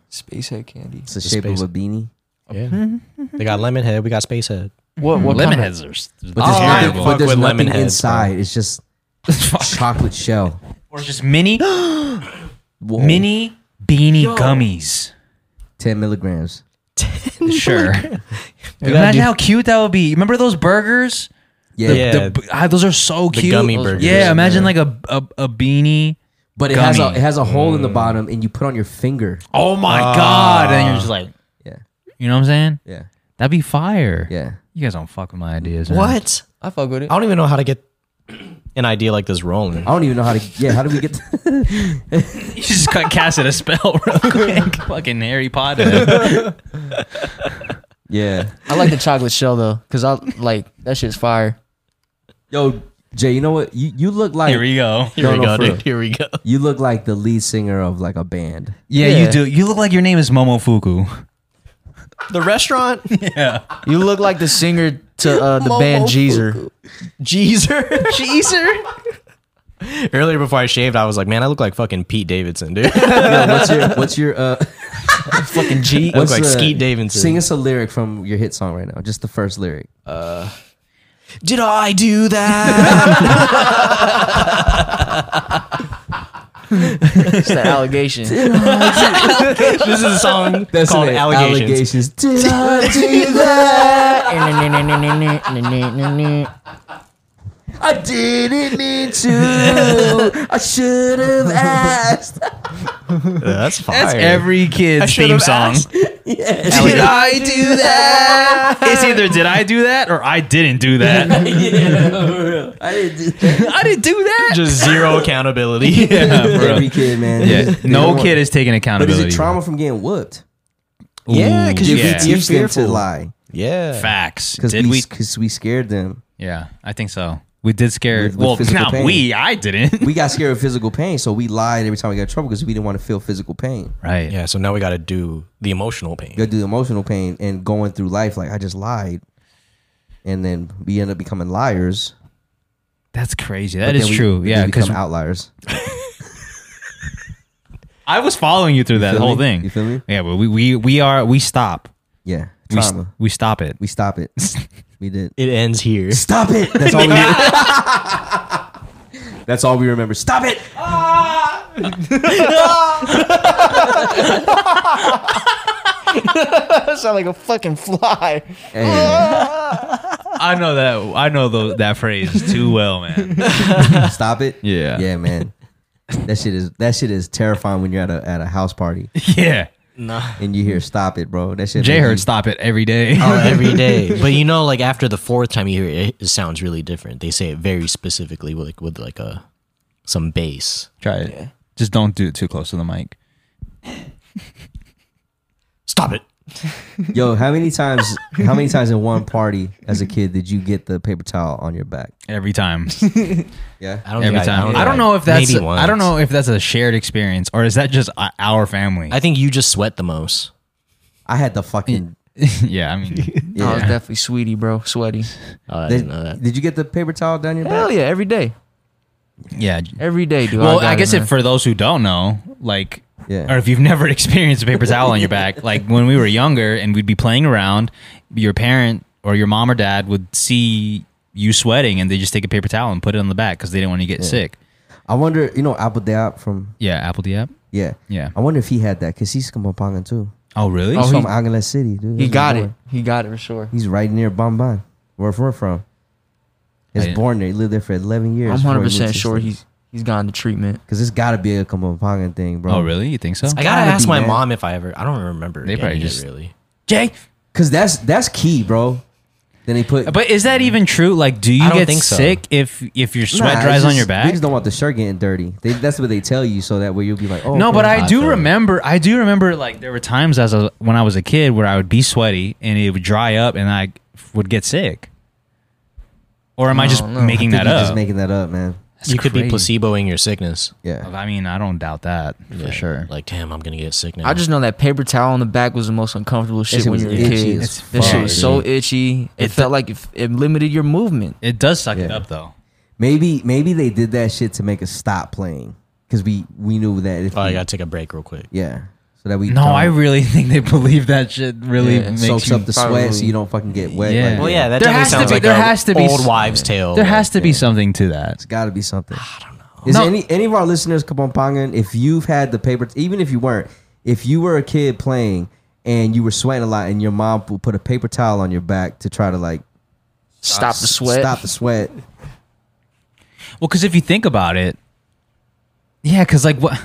Spacehead candy. It's the Just shape based- of a beanie. Yeah. they got lemon head. We got space head. What what kind lemon of- heads are. s- But Oh, I there's, fuck nothing, but there's with lemon nothing heads, bro. inside. It's just chocolate shell. or just mini Whoa. mini beanie gummies. ten milligrams. Sure. gotta do- Imagine how cute that would be. Remember those burgers? Yeah, Yeah. The b- ah, those are so The cute. gummy Those- burgers. Yeah, imagine like a, a a beanie. but it has a Gummy. it has a hole in the bottom, and you put on your finger. Oh my god! And you're just like, Yeah, you know what I'm saying? yeah, That'd be fire. yeah. You guys don't fuck with my ideas. man. What? I fuck with it. I don't even know how to get an idea like this rolling. I don't even know how to. Yeah, how do we get? You just cut casted a spell real quick. Fucking Harry Potter. yeah. I like the chocolate shell though, cause I like that shit's fire. Yo, Jay, you know what? You you look like Here we go. No, no, for real. Here we go. you look like the lead singer of like a band. Yeah, Yeah. you do. You look like your name is Momofuku. The restaurant, You look like the singer to uh, the band Jeezer. Jeezer, Jeezer. Earlier before I shaved, I was like, man, I look like fucking Pete Davidson, dude. I Yo, what's your what's your uh? Fucking G. look What's like uh, Skeet Davidson. Sing us a lyric from your hit song right now. Just the first lyric. Did I do that? It's the allegation. this is a song called it. Allegations. Allegations. Did I do that? I didn't mean to. I should have asked. Yeah, that's fire. That's every kid's theme song. Did I do that? It's either did I do that or I didn't do that. I didn't do that. I didn't do that. Just zero accountability. yeah, bro. Every kid, man. Yeah, They don't no want- kid is taking But is accountability. it trauma from getting whooped? Yeah, 'cause Ooh, you yeah. beat- You're Teach them to fearful. lie Yeah. facts. because Did we? because we scared them. Yeah, I think so. We did scare. With- with well, physical not pain. we. I didn't. We got scared of physical pain, so we lied every time we got in trouble because we didn't want to feel physical pain. Right. Yeah. So now we got to do the emotional pain. go through the emotional pain and going through life like I just lied, and then we end up becoming liars. That's crazy. But That is then we- true. then Yeah, we because become outliers. I was following you through that feel whole me? thing. You feel me? Yeah, but we we we are we stop. Yeah, We, trauma. We, we stop it. stop it. we did. It ends here. Stop it. That's all we. Remember. That's all we remember. Stop it. that sound like a fucking fly. Hey, I know that I know tho- that phrase too well, man. stop it. Yeah. Yeah, man. That shit is that shit is terrifying when you're at a at a house party yeah. and you hear "Stop it, bro." That shit. Jay make heard you- stop it every day. Oh, every day. But you know, like after the fourth time you hear it, it sounds really different. They say it very specifically, with like with like a some bass. Try it. Just don't do it too close to the mic. Stop it. Yo, how many times? How many times in one party as a kid did you get the paper towel on your back? Every time. Yeah. I don't Every think I, I time. don't, I don't know if that's maybe once. I don't know if that's a shared experience or is that just uh, our family? I think you just sweat the most. I had the fucking yeah, I mean No, it's definitely sweetie, bro. Sweaty. Oh, I They- didn't know that. Did you get the paper towel down your Hell back? yeah, every day. Yeah. Every day, dude. Well, got I guess it, if for those who don't know, like, Yeah. or if you've never experienced a paper towel on your back, like when we were younger and we'd be playing around, your parent or your mom or dad would see you sweating and they just take a paper towel and put it on the back because they didn't want to get sick. I wonder, you know, Abu Dhabi from Yeah, Apple Diab. yeah, Yeah. I wonder if he had that because he's from Pampanga too. Oh, really? He's Oh, from he- Angeles City, dude. he That's got where it. He got it for sure. He's right near Bamban, where we're from. I He's didn't- born there. He lived there for 11 years. I'm 100 percent sure he's he's gone to treatment. Because it's got to be a Kampangan thing, bro. oh, really? You think so? I gotta gotta ask be, my man. mom if I ever. I don't remember. They probably getting it just- really. Jay, Because that's that's key, bro. Then they put. but is that even true? Like, do you I don't get think so. sick if if your Nah, sweat it's dries on just- your back? Niggas don't want the shirt getting dirty. They, that's what they tell you, so that way you'll be like, oh. No, but okay. I I do feel you. remember. I do remember. Like there were times as a, when I was a kid where I would be sweaty and it would dry up and I would get sick. Or am I just No, no, I making I think that you're up? Just making that up, man. That's you could be crazy. placeboing your sickness Yeah. I mean, I don't doubt that Yeah, for sure. Like, damn, I'm gonna get sick now. I just know that paper towel on the back was the most uncomfortable shit shit when was you were a itchy kid. as That fuck, shit was so dude. itchy. It, felt like it, it limited your movement. it does suck it Yeah. up though. Maybe maybe they did that shit to make us stop playing because we we knew that. If Oh, I we- gotta take a break real quick. Yeah. So that we. No, don't- I really think they believe that shit really Yeah, it makes soaks you. up the sweat so you don't fucking get wet. Yeah. Like, Well, Well, yeah, that There definitely has to sounds be- like there a has to be old s- wives' tale. there has to be something to that. It's got to be something. I don't know. Is No. any any of our listeners Kabompangan, if you've had the paper, even if you weren't, if you were a kid playing and you were sweating a lot, and your mom would put a paper towel on your back to try to like Stop the s- sweat. stop the sweat. Well, because if you think about it, yeah, because like what?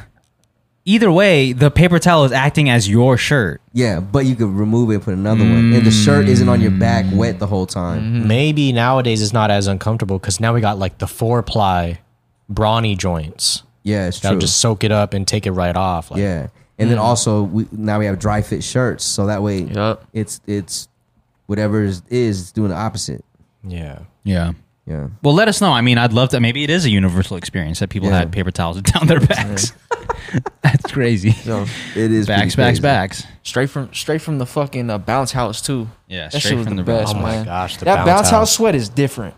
Either way, the paper towel is acting as your shirt. Yeah, but you could remove it and put another one, and the shirt isn't on your back wet the whole Mm-hmm. time. Maybe nowadays it's not as uncomfortable because now we got like the four ply, brawny joints. Yeah, it's That'll true. just Mm. soak it up and take it right off. Like, yeah, and then also we now we have dry fit shirts, so that way Yup. it's it's whatever is is it's doing the opposite. yeah. Yeah. Yeah. Well, let us know. I mean, I'd love to. Maybe it is a universal experience that people Yeah. had paper towels down their backs. That's crazy. So, It is backs, backs, pretty crazy. backs. straight from straight from the fucking uh, bounce house too. Yeah, that straight shit was from the, the bounce- best. Oh my man. gosh, the that bounce bounce, house. house. sweat is different.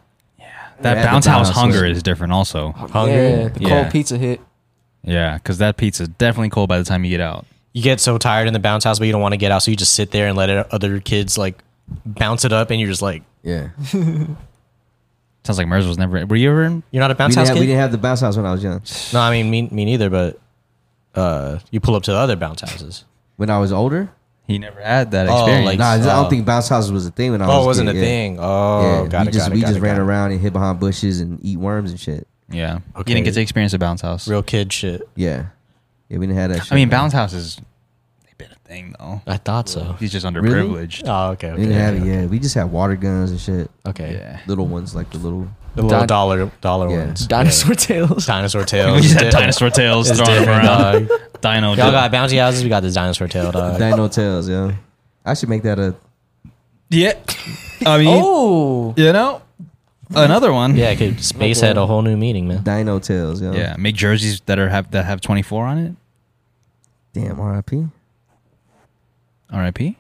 That Yeah, the bounce house bounce hunger was- is different, also. Hungry? Yeah, the Yeah. cold pizza hit. Yeah, because that pizza's definitely cold by the time you get out. You get so tired in the bounce house, but you don't want to get out, so you just sit there and let it, other kids like bounce it up, and you're just like, Yeah. Sounds like Mers was never. Were you ever in? you're not a We bounce didn't, house have, we kid. didn't have the bounce house when I was young. no, I mean me, me neither. But uh, you pull up to the other bounce houses. When I was older, He never had that Oh, experience. like- nah, I Oh. don't think bounce houses was a thing when I was. Oh, it wasn't a a kid, yeah. thing. Oh, yeah, got we it. just got it, we got just it, ran got it. around and hid behind bushes and eat worms and shit. yeah. You Okay. didn't get to experience a bounce house. Real kid shit. Yeah, yeah, we didn't have that. Shit, I mean, man. bounce houses, they've been a thing, though. I thought so. He's just Really? underprivileged. Oh, okay. We okay, didn't have okay, it. Yeah, we just had water guns and shit. Okay. Yeah. Little ones like the little. The little Don- dollar dollar Yeah. ones. Dinosaur tails. Yeah. Dinosaur tails. We just had Di- dinosaur tails It's thrown different, around. Dino. Y'all got bouncy houses. We got this dinosaur tail dog. Dino tails, yeah. I should make that a. Yeah. I mean, Oh, you know, another one. yeah, could space had a whole new meaning, man. Dino tails, yeah. Yeah, make jerseys that are have that have 24 on it. Damn, RIP. RIP.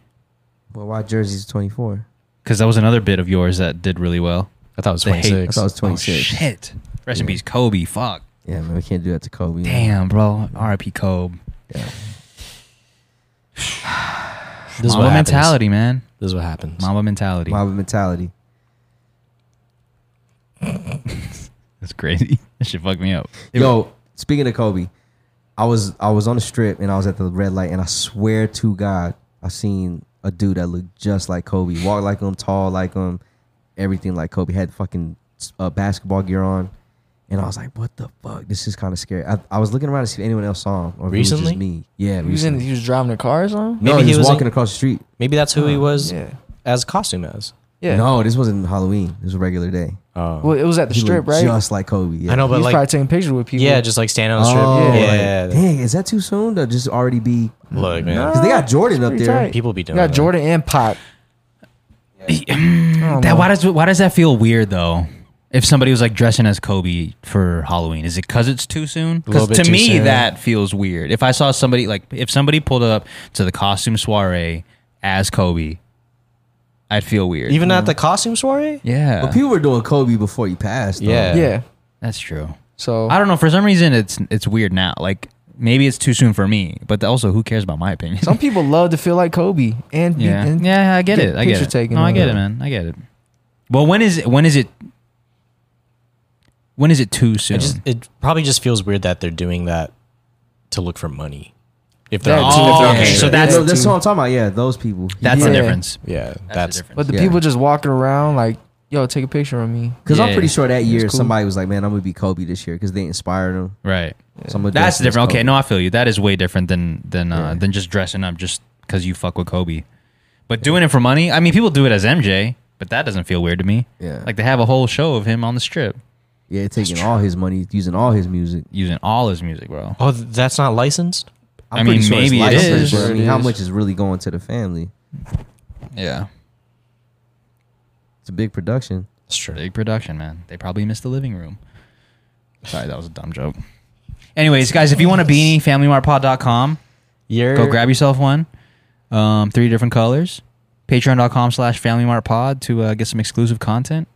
Well, why jerseys twenty four? Because that was another bit of yours that did really well. I thought it was The hate. Oh, twenty I six. thought it was twenty six. Shit. Rest in peace, Kobe. Fuck. Yeah, man, we can't do that to Kobe. man. Damn, bro. RIP, Kobe. This is Mamba what happens. mentality, man. This is what happens. Mamba mentality. Mob mentality. That's crazy. That shit fucked me up. It was- Yo, speaking of Kobe, I was I was on the strip and I was at the red light and I swear to God, I seen a dude that looked just like Kobe, walked like him, tall like him, everything like Kobe. Had fucking uh, basketball gear on, and I was like, "What the fuck? This is kind of scary." I, I was looking around to see if anyone else saw him or if it was just Recently? me. Yeah, he was in. recently. He was driving the cars on. no, Maybe he he was, was in- walking across the street. Maybe that's who he was Yeah, as costume as. yeah. No, this wasn't Halloween. This was a regular day. Oh. Well, it was at the He strip, looked right? Just like Kobe. Yeah. I know, He but was probably like, taking pictures with people. yeah, just like standing on the strip. Oh, yeah, like, yeah, yeah. dang, is that too soon to just already be? Look, man. Because they got Jordan up Pretty there. tight. People be You doing got that. Jordan and Pop. that, why does why does that feel weird though? If somebody was like dressing as Kobe for Halloween, is it because it's too soon? Because little to bit too me soon. that feels weird. If I saw somebody like if somebody pulled up to the costume soiree as Kobe, I'd feel weird. Even at the costume eh? soiree. yeah, But people were doing Kobe before he passed. though. Yeah. Yeah, that's true. So I don't know. For some reason, it's it's weird now. Like maybe it's too soon for me, but also who cares about my opinion? some people love to feel like Kobe and be- yeah, and yeah, I get get it. I get picture it. taken no, I and get all it, that. man. I get it. Well, when is it? When is it? When is it too soon? It just it probably just feels weird that they're doing that to look for money. If they're That on too. social Oh, media. okay, so Yeah, that's- no, that's what I'm talking about. Yeah, those people. that's Yeah. the difference. yeah, That's, that's the difference. But the Yeah. people just walking around like, yo, take a picture of me. Because Yeah. I'm pretty sure that year cool. somebody was like, "Man, I'm gonna be Kobe this year" because they inspired him. right. So I'm gonna That's dress as different. Okay, Kobe. no, I feel you. That is way different than than uh, than just dressing up just because you fuck with Kobe. But doing it for money, I mean, people do it as MJ, but that doesn't feel weird to me. Yeah. like they have a whole show of him on the strip Yeah, taking all his money, using all his music. using all his music, bro. Oh, th- that's not licensed. I'm I mean, pretty sure it's maybe it is. licensed, but I It mean, how is. much is really going to the family? Yeah, It's a big production. That's true. big production, man. They probably missed the living room. Sorry, that was a dumb joke. Anyways, guys, if you want a beanie, familymartpod.com. You're, Go grab yourself one. Um, three different colors. Patreon.com slash Family Mart Pod to uh, get some exclusive content.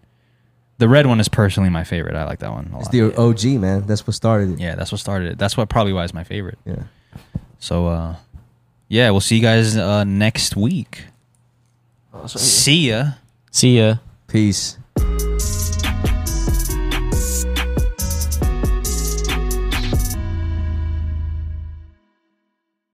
The red one is personally my favorite. I like that one a It's lot. the OG man. That's what started it. yeah, that's what started it. That's what probably why it's my favorite. Yeah. So, uh, yeah, we'll see you Oh, guys uh, next week. See ya. See ya. Peace.